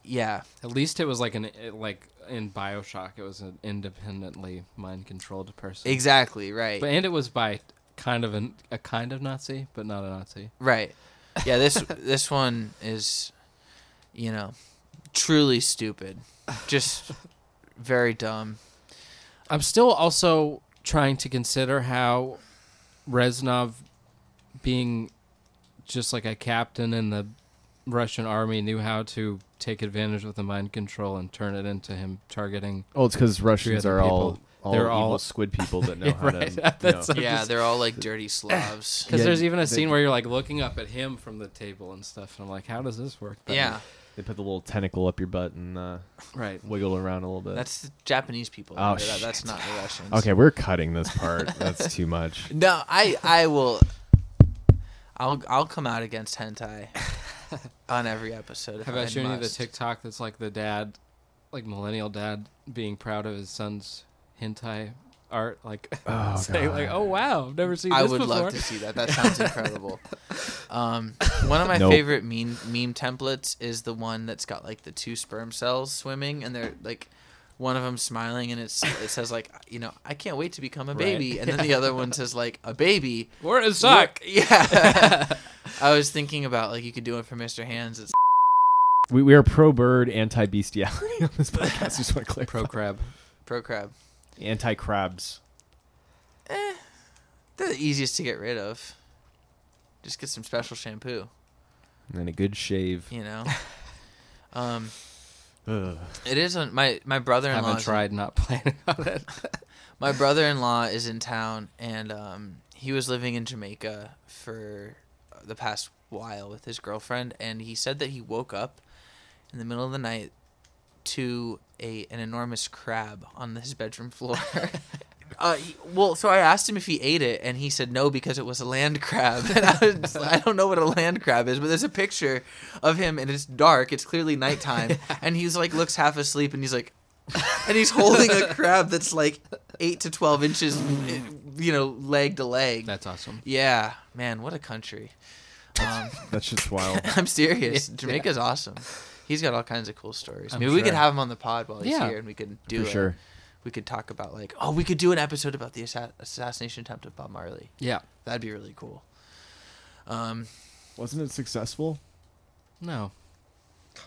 yeah, At least it was like an it, like in Bioshock, it was an independently mind controlled person. exactly right. But and it was by kind of an, a kind of Nazi, but not a Nazi. Right. Yeah, this this one is you know, truly stupid. Just very dumb. I'm still also trying to consider how Reznov being just like a captain in the Russian army knew how to take advantage of the mind control and turn it into him targeting. Well, it's because Russians other are all, people. all They're evil all- squid people that know Yeah, how right. to. you That's know. I'm yeah, just- they're all like dirty Slavs. Because Yeah, there's even a they- scene where you're like looking up at him from the table and stuff, and I'm like, how does this work? But- yeah. They put the little tentacle up your butt and uh, right. wiggle around a little bit. That's the Japanese people. Oh, That- shit. that's not the Russians. okay. We're cutting this part. That's too much. No, I I will I'll I'll come out against hentai on every episode. if Have I I shown you the must. TikTok that's like the dad, like millennial dad, being proud of his son's hentai art? Like, Oh, saying like, God. "Oh wow, I've never seen I this would before." love to see that. That sounds incredible. Um, one of my Nope. favorite meme meme templates is the one that's got like the two sperm cells swimming, and they're like, one of them smiling, and it's it says like, you know, I can't wait to become a baby, and then the other one says like, a baby. We're a sock. Yeah. I was thinking about like you could do it for Mr. Hands. It's We, we are pro bird, anti bestiality on this podcast. Just want to clarify. Pro crab. pro crab. Anti crabs. They're the easiest to get rid of. Just get some special shampoo, And then a good shave. you know. Um, Ugh. it is on my my brother-in-law. Haven't is tried not planning on it. my brother-in-law is in town and um, he was living in jamaica for the past while with his girlfriend and he said that he woke up in the middle of the night to a an enormous crab on his bedroom floor Uh, he- well, so I asked him if he ate it, and he said no because it was a land crab. And I, was just- I don't know what a land crab is, but there's a picture of him, and it's dark. It's clearly nighttime, and he's like looks half asleep, and he's like, and he's holding a crab that's like eight to twelve inches, you know, leg to leg. That's awesome. yeah, man, what a country. Um, That's just wild. I'm serious. Jamaica's awesome. He's got all kinds of cool stories. I'm Maybe we could sure. have him on the pod while he's Yeah. here, and we could do For it sure. we could talk about like oh we could do an episode about the assa- assassination attempt of bob marley Yeah. that'd be really cool um Wasn't it successful? No.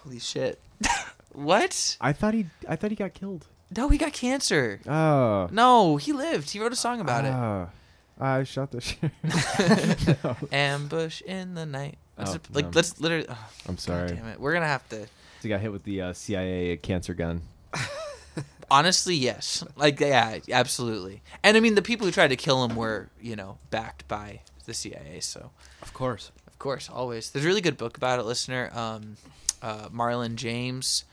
holy shit what I thought he I thought he got killed. no he got cancer Oh. no he lived he wrote a song about it Ah. I shot the sheriff. Ambush in the night. That's Oh, a- like no. let's literally. Oh, I'm God sorry. damn it. We're gonna have to. He got hit with the uh, CIA cancer gun. Honestly, yes. Like yeah, absolutely. And I mean, the people who tried to kill him were you know backed by the CIA. So Of course. of course, always. There's a really good book about it, listener. Um, uh, Marlon James,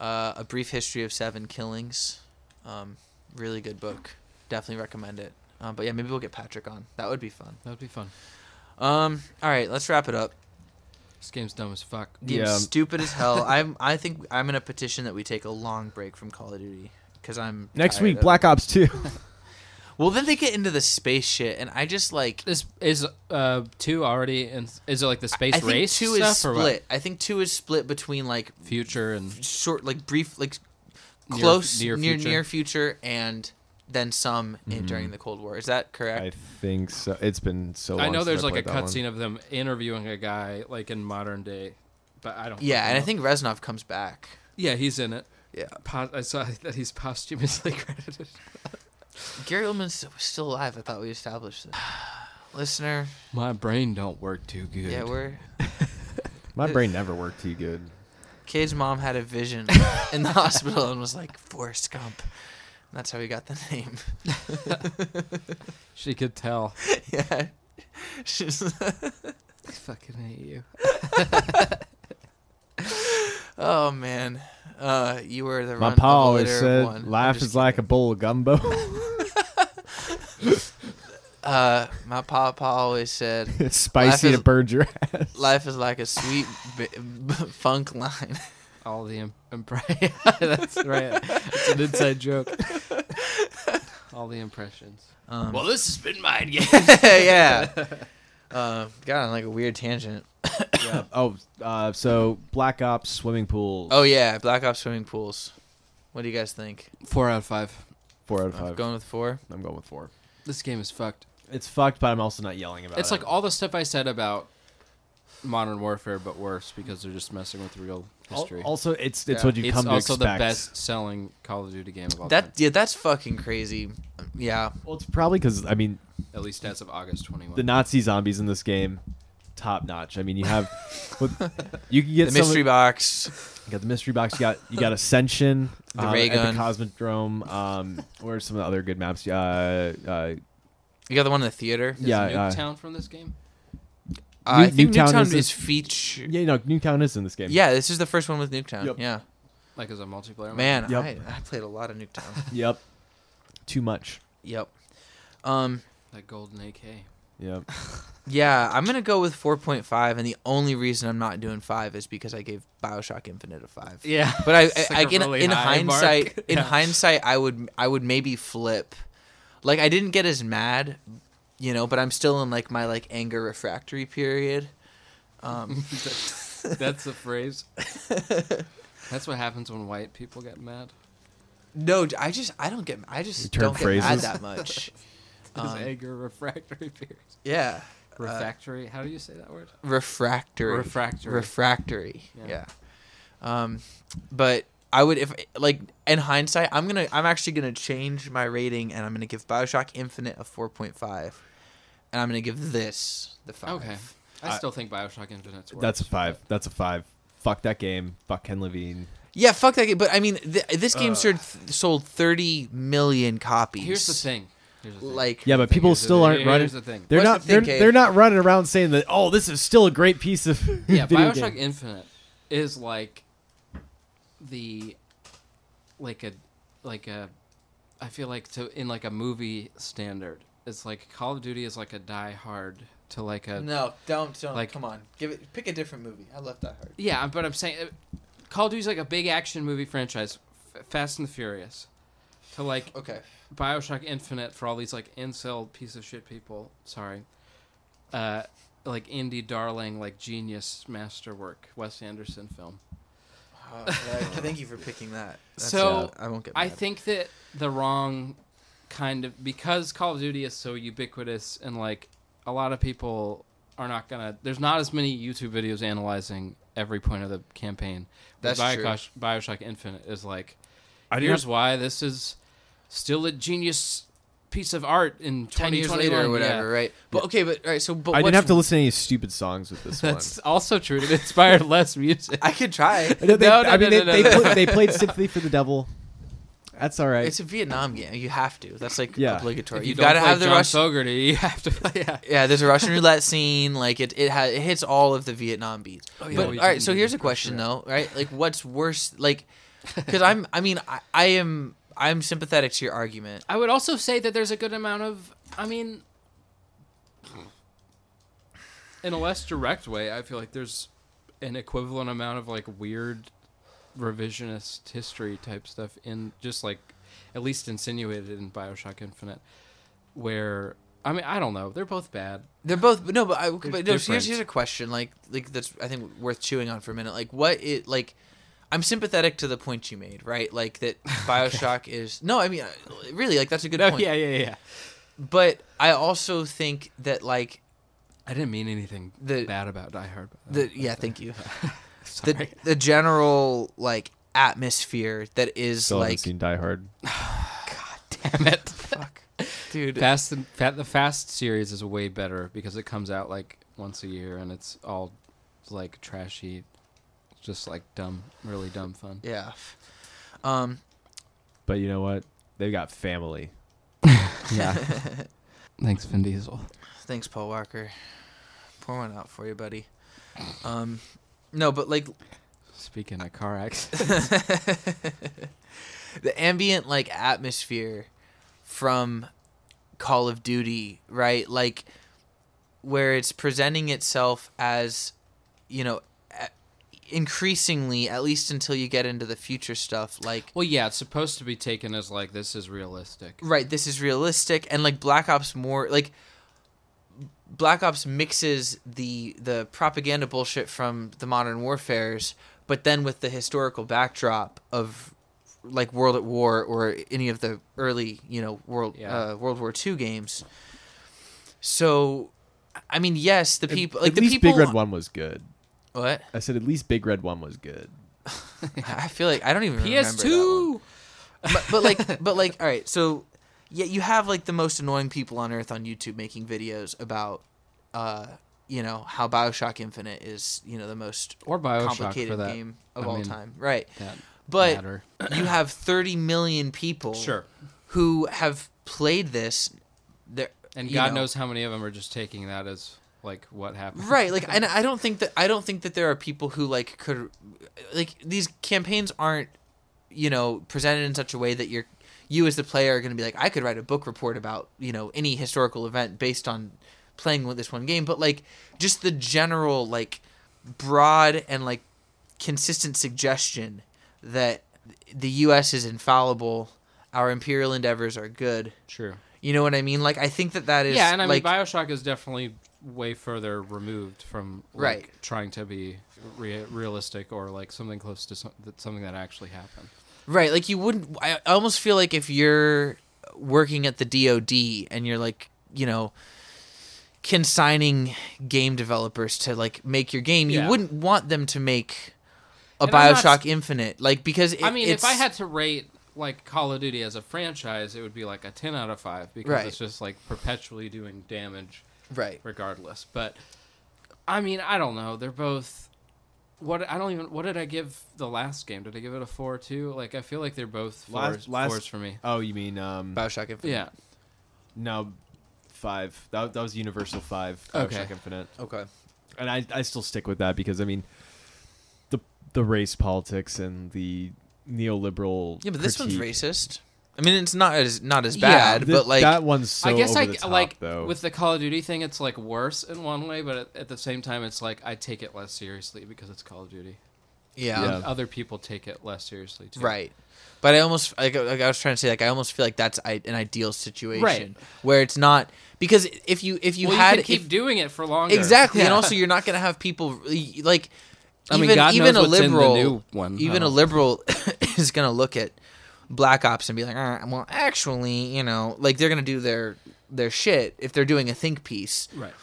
uh, A Brief History of Seven Killings. Um, really good book. Definitely recommend it. Um, but yeah, maybe we'll get Patrick on. That would be fun. That would be fun. Um, all right, let's wrap it up. This game's dumb as fuck. Game's Yeah. stupid as hell. I'm. I think I'm in a petition that we take a long break from Call of Duty because I'm Next tired week, of- Black Ops 2. Well, then they get into the space shit, and I just like. This is uh two already, and is it like the space I think race two stuff is or what? split. I think two is split between like Future and short, like brief, like Near- close, near near near future, future. Mm-hmm. and then some in, during the Cold War. Is that correct? I think so. It's been so long. I know since there's like a played that one. cutscene of them interviewing a guy like in modern day, but I don't. yeah, fucking and I know. think Reznov comes back. yeah he's in it. Yeah, Po- I saw that he's posthumously credited. Gary Oldman's still alive. I thought we established this. Listener, My brain don't work too good. yeah, we're My brain never worked too good. Kid's mom had a vision in the hospital and was like Forrest Gump. And that's how he got the name. she could tell. yeah, she's. I fucking hate you. Oh man, uh, you were the My run- the pa always leader of said, one." I'm "Life just is like a bowl of gumbo." kidding. Uh, my pa pa always said, it's spicy Life is- to burn your ass. "Life is like a sweet b- b- funk line." All the im- impressions. That's right. It's an inside joke. All the impressions. Um, this has been my game. yeah. Uh, got on like a weird tangent. yeah. Oh, uh, so Black Ops swimming pool. Oh yeah, Black Ops swimming pools. What do you guys think? Four out of five. Four out of I'm five. going with four. I'm going with four. This game is fucked. It's fucked, but I'm also not yelling about It's it. like all the stuff I said about Modern Warfare, but worse because they're just messing with real Al- history. Also, it's it's Yeah. what you it's come to also expect. the best-selling Call of Duty game of all That yeah, that's fucking crazy. Yeah, Well, it's probably because I mean time, at least as of August 21. the Nazi zombies in this game, top notch. I mean, you have with- you can get the some- mystery box. You got the mystery box. You got you got Ascension. The um, ray gun. At the Cosmodrome. Um, where are some of the other good maps? Uh, uh, You got the one in the theater. is yeah, uh, Nuketown from this game. Uh, I think Nuketown Nuketown is is, a- feature. yeah, no, Newtown is in this game. Yeah, this is the first one with Nuketown. Yep. Yeah. Like as a multiplayer. Man, Yep. I, I played a lot of Nuketown. Yep. Too much. yep. Um, That golden AK. Yep. yeah, I'm gonna go with 4.5, and the only reason I'm not doing five is because I gave Bioshock Infinite a five. Yeah, But I, It's I, like I a in, really in high mark. hindsight, in Yeah. hindsight, I would, I would maybe flip. Like I didn't get as mad, you know, but I'm still in like my like anger refractory period. Um, that's the phrase. That's what happens when white people get mad. no, I just, I don't get, I just Return don't get mad phrases. that much. Is Um, anger refractory period. yeah, Refractory. how do you say that word? refractory. Refractory. refractory. Yeah. Yeah. Um, but I would if like in hindsight, I'm gonna I'm actually gonna change my rating and I'm gonna give Bioshock Infinite a 4.5, and I'm gonna give this the five. okay. I, still think Bioshock Infinite's worse. That's a five. That's a five. Fuck that game. Fuck Ken Levine. Yeah, fuck that game. But I mean, th- this game sold sold 30 million copies. Here's the thing. Here's the thing. Like Yeah, but Thing people is, still aren't here's running. the thing. They're What's not. the thing, they're, Cade? they're not running around saying that. Oh, this is still a great piece of. yeah, video Bioshock game." Infinite is like the like a like a I feel like to in like a movie standard. It's like Call of Duty is like a Die Hard to like a no, don't don't Like- come on, give it pick a different movie. I left that hard. Yeah, but I'm saying uh, Call of Duty's like a big action movie franchise, F- Fast and the Furious, to like Okay. Bioshock Infinite for all these like incel piece of shit people. Sorry, uh, like indie darling, like genius masterwork, Wes Anderson film. Uh, yeah, thank you for picking that. So, I won't get. Mad. I think that the wrong kind of because Call of Duty is so ubiquitous and like a lot of people are not gonna. There's not as many YouTube videos analyzing every point of the campaign. With That's true. Bioshock, Bioshock Infinite is like here's why this is still a genius piece of art in 10 years 2021, later or whatever, yeah. right? But okay, but all right, so I but what's- didn't have to listen to any stupid songs with this one. That's also true. It inspired less music. I could try. No, they, No, no, I mean, they, no, no, they, no. pla- they played Sympathy for the Devil. That's all right. It's a Vietnam game. You have to. That's like Yeah. obligatory. If You've don't got to play have the John Russian. Fogerty. You have to play. Yeah. Yeah, there's a Russian roulette scene. Like it, it, ha- it hits all of the Vietnam beats. Oh, yeah, but we all right, didn't so do here's a Russian question though, right? Like, what's worse? Like, because I'm, I mean, I, I am, I'm sympathetic to your argument. I would also say that there's a good amount of. I mean, in a less direct way, I feel like there's an equivalent amount of like weird revisionist history type stuff in just like at least insinuated in Bioshock Infinite, where I mean I don't know they're both bad. They're both no, but I, but no, different. here's here's a question like like that's I think worth chewing on for a minute. Like what it like. I'm sympathetic to the point you made, right? Like that Bioshock is no. I mean, I- really, like that's a good point. Oh, yeah yeah. But I also think that like I didn't mean anything The- bad about Die Hard. by the the way. yeah, thank you. Oh, Sorry. The the general like atmosphere that is Still haven't like seen Die Hard. damn it. fuck, dude. Fast and Fa- the Fast series is way better because it comes out like once a year and it's all like trashy, just like dumb, really dumb fun. yeah. Um. But you know what? They've got family. Yeah. Thanks, Vin Diesel. Thanks, Paul Walker. Pour one out for you, buddy. Um. No, but like Speaking of car accidents, the ambient like atmosphere from Call of Duty, right? Like where it's presenting itself as, you know, a- increasingly at least until you get into the future stuff like well, yeah, it's supposed to be taken as like this is realistic. right this is realistic and like black ops more like black ops mixes the the propaganda bullshit from the modern warfares but then with the historical backdrop of like world at war or any of the early you know world Yeah. uh, world war ii games so i mean yes the people like at the least people Big Red One was good. what I said at least Big Red One was good. i feel like i don't even remember that one. PS2. but, but like but like all right so yeah you have like the most annoying people on earth on youtube making videos about uh you know how bioshock infinite is you know the most Or Bioshock, complicated for that- game of I all mean, time right That but matter. you have 30 million people Sure. who have played this there And you God know. knows how many of them are just taking that as like what happened. right like and i don't think that i don't think that there are people who like could like these campaigns aren't you know presented in such a way that you're you as the player are going to be like i could write a book report about you know any historical event based on playing with this one game but like just the general like broad and like consistent suggestion that the us is infallible our imperial endeavors are good True. you know what i mean like i think that that is yeah, and I like mean, Bioshock is definitely way further removed from like, Right. trying to be rea- realistic or like something close to some- that- something that actually happened. Right, like you wouldn't. I I almost feel like if you're working at the DoD and you're like, you know, consigning game developers to like make your game, Yeah. you wouldn't want them to make a And I'm not Bioshock Infinite, like because it, I mean, if I it's- had to rate like Call of Duty as a franchise, it would be like a ten out of five because Right. it's just like perpetually doing damage right, regardless. But I mean, I don't know. They're both. What I don't even. What did I give the last game? Did I give it a four too? Like I feel like they're both fours, Last- last- fours for me. Oh, you mean um? Bioshock Infinite, Yeah. No, five. That, that was Universal Five. Okay. Bioshock Infinite. okay, and I, I still stick with that because I mean, the the race politics and the neoliberal. yeah, but this critique- one's racist. I mean, it's not as not as Yeah, bad, Th- but like that one's so I guess over I the top, like though. with the Call of Duty thing, it's like worse in one way, but at, at the same time, it's like I take it less seriously because it's Call of Duty. yeah, Yeah. And other people take it less seriously too. Right. But I almost like, like I was trying to say like I almost feel like that's I, an ideal situation Right. where it's not because if you if you You well, had you can keep if- doing it for longer. exactly and Yeah. also you're not going to have people really- like I mean, even God even knows a what's in the liberal new one. even Oh. a liberal is going to look at black ops and be like "Ah, well actually you know like they're going to do their their shit if they're doing a think piece right.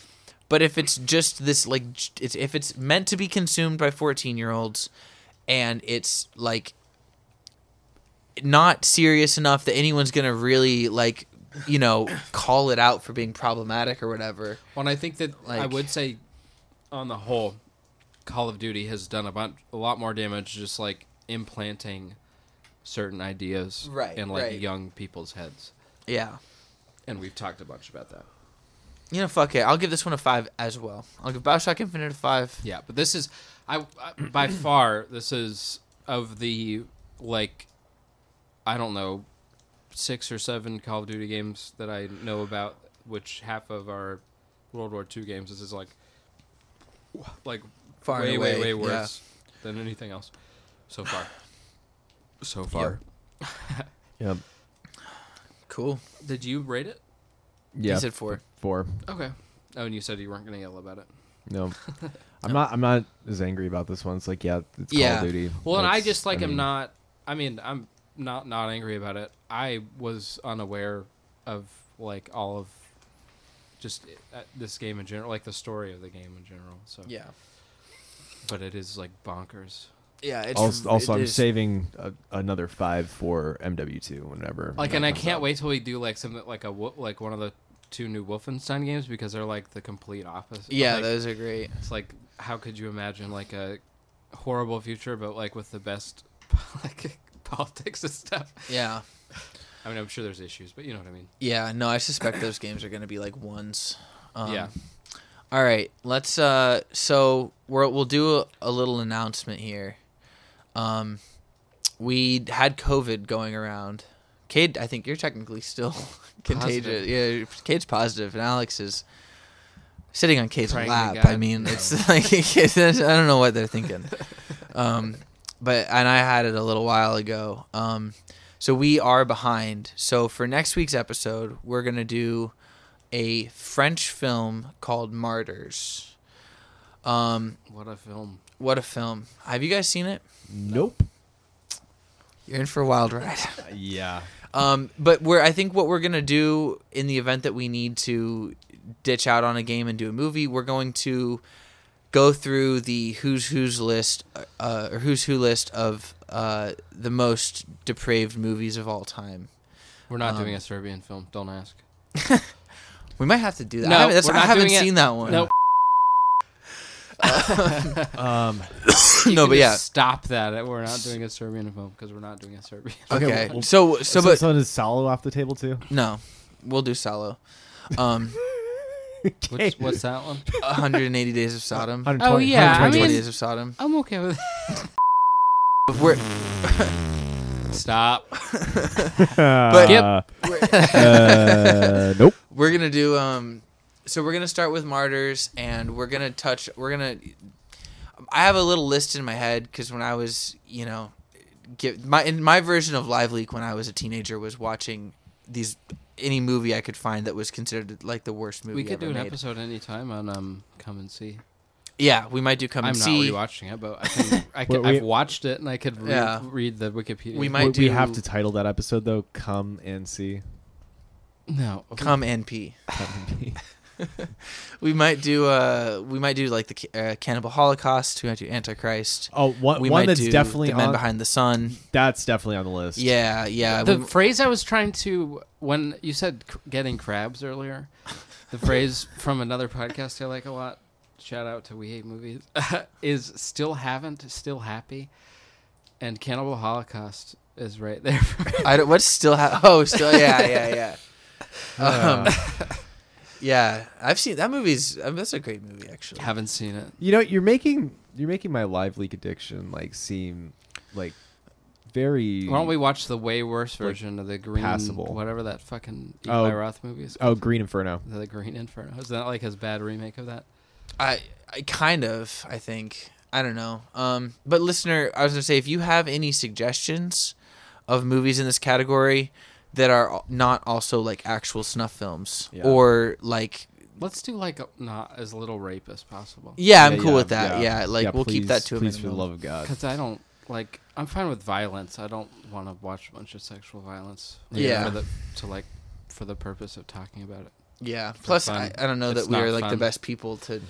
but if it's just this like j- it's if it's meant to be consumed by 14 year olds and it's like not serious enough that anyone's gonna really like you know, call it out for being problematic or whatever. Well, and I think that I Like- would say, on the whole, Call of Duty has done a, bunch, a lot more damage just like implanting certain ideas Right, in like right. young people's heads. Yeah. And we've talked a bunch about that. You know, fuck it. I'll give this one a five as well. I'll give Bioshock Infinite a five. Yeah, but this is, I I- by far this is of the like, I don't know, six or seven Call of Duty games that I know about, which half of our World War II games. This is like, w- like Far way, and way, away, way yeah. worse than anything else so far. So far, Yep. Cool. did you rate it? Yeah. said four. Four. Okay. Oh, and you said you weren't gonna yell about it. No. I'm not. I'm not as angry about this one. It's like, yeah, it's Yeah. Call of Duty. Well, and I That's- just like am mean, not. I mean, I'm not not angry about it. I was unaware of like all of just uh, this game in general, like the story of the game in general. So Yeah. but it is like bonkers. Yeah. It's, Also, also it I'm is- saving a, another five for MW2 whenever. Like, that and I comes can't out. wait till we do like something like a wo- like one of the two new Wolfenstein games because they're like the complete opposite. Yeah, Like, those are great. it's like how could you imagine like a horrible future, but like with the best like politics and stuff. Yeah. I mean, I'm sure there's issues, but you know what I mean. Yeah. No, I suspect those games are going to be like ones. Um, yeah. All right, let's. Uh, so we're, we'll do a, a little announcement here. Um, we had COVID going around. Cade, I think you're technically still contagious. Yeah, Cade's positive, and Alex is sitting on Cade's Praying to lap. God. I mean, it's like it's- I don't know what they're thinking. Um, but and I had it a little while ago. Um, so we are behind. So for next week's episode, we're gonna do a French film called Martyrs. Um, What a film. what a film! Have you guys seen it? Nope. You're in for a wild ride. Yeah. Um, but we're I think what we're gonna do in the event that we need to ditch out on a game and do a movie, we're going to go through the who's who's list uh, or who's who list of uh, the most depraved movies of all time. We're not Um, doing a Serbian film. Don't ask. We might have to do that. No, I haven't, that's- we're I not haven't doing it. seen that one. No, Um. no, but yeah. Stop that. We're not doing a Serbian film because we're not doing a Serbian. Okay. Okay, well- so so So, but so does Salo off the table too? no, we'll do Salo. Um, What's, what's that one? 180 Days of Sodom. 120 Oh, yeah, I 120 mean- Days of Sodom. I'm okay with that. We're, Stop. but we're uh, nope. we're gonna do um so we're gonna start with martyrs and we're gonna touch we're gonna i have a little list in my head because when i was you know give my in my version of live leak when i was a teenager was watching these any movie i could find that was considered like the worst movie We could ever do an made. episode anytime on um Come and See. yeah we might do come I'm and see not rewatching it, but I can. I could, Wait, we- I've watched it and I could re- Yeah. read the Wikipedia. We might- We, we do- have to title that episode though. Come and see. No. come and pee we might do uh we might do like the ca- uh, cannibal holocaust we might do antichrist Oh, one, we one might that's do definitely the men on. behind the sun That's definitely on the list. yeah yeah the we- phrase I was trying to when you said cr- getting crabs earlier, the phrase from another podcast I like a lot. Shout out to We Hate Movies is still haven't, still happy, and Cannibal Holocaust is right there. I don't. What's still? Ha- oh, still. Yeah, yeah, yeah. Um, yeah, I've seen that movie's. I mean, that's a great movie, actually. haven't seen it. You know, you're making you're making my live leak addiction like seem like very. Why don't we watch the way worse version of the green, passable. whatever that fucking Eli Oh. Roth movie is? Oh, Green Inferno. The Green Inferno. Is that like his bad remake of that? I, I kind of. I think. I don't know. Um, but listener, I was gonna say if you have any suggestions of movies in this category that are not also like actual snuff films Yeah. or like Let's do like a, not as little rape as possible. yeah, I'm cool with that. Yeah, like Yeah, we'll keep that please- to a Please, for the minimum. love of God. Because I don't like. I'm fine with violence. I don't want to watch a bunch of sexual violence. Yeah. For the, to like, for the purpose of talking about it. Yeah. Plus, I, fun. I don't know It's that we not are like the fun. best people to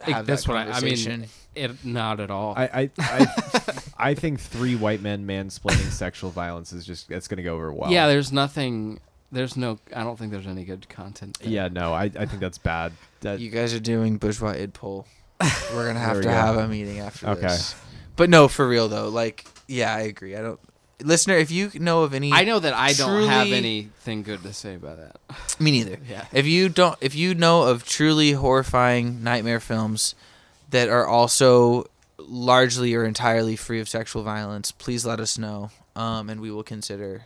Like, have that's that what I, I conversation. mean. It not at all. I I, I, I think three white men mansplaining sexual violence is just that's gonna go over well. Yeah, there's nothing There's no. I don't think there's any good content. there. Yeah, no, I, I think that's bad. That, You guys are doing bourgeois id poll. We're There gonna have we to go. have a meeting after Okay. this. But no, for real though, like yeah, I agree. I don't listener, if you know of any I know that I don't have Truly- anything good to say about that. me neither. Yeah. If you don't if you know of truly horrifying nightmare films that are also largely or entirely free of sexual violence, please let us know. Um and we will consider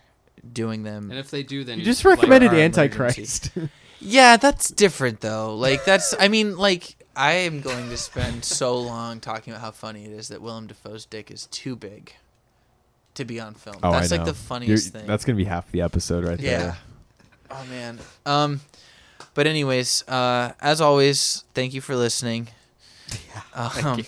doing them. And if they do, then you just like, recommended our Antichrist. Yeah, that's different though. Like that's I mean like I am going to spend so long talking about how funny it is that Willem Dafoe's dick is too big to be on Oh, film. that's like the funniest thing. That's gonna be half the episode right yeah. there. Oh man. Um but anyways, uh as always, thank you for listening. Yeah. Um,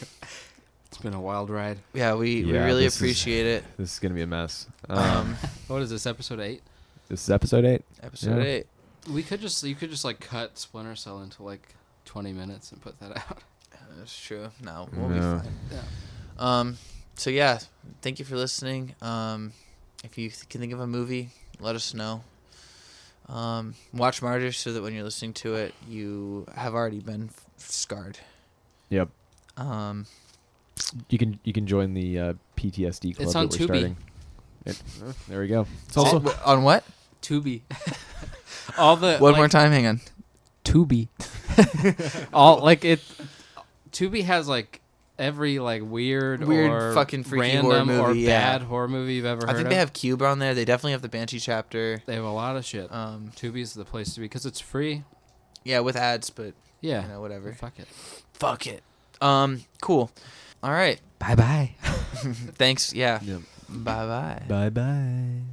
It's been a wild ride. yeah, we, we Yeah, really this is- appreciate it. This is gonna be a mess. Um, Um What is this episode eight? this is episode eight. episode yeah. 8. We could just you could just like cut Splinter Cell into like 20 minutes and put that out. That's true. No, we'll be No. fine. Um, so yeah, thank you for listening. Um, if you th- can think of a movie, let us know. Um, watch Martyrs so that when you're listening to it, you have already been f- scarred. Yep. Um, You can you can join the uh, PTSD club It's on that Tubi. we're starting. It- there we go. It's also on- on what? Tubi. all the One like, more time. Hang on. Tubi. all like it. Tubi has like every like weird, Weird or fucking freaky horror random or movie, yeah. bad horror movie you've ever I heard think of. they have Cube on there. They definitely have the Banshee chapter. They have a lot of shit. Um, Tubi's the place to be because it's free. yeah, with ads, but Yeah. you know whatever. Fuck it. Fuck it. Um, cool. All right. Bye bye. Thanks. Yeah. Yep. Bye bye. bye bye.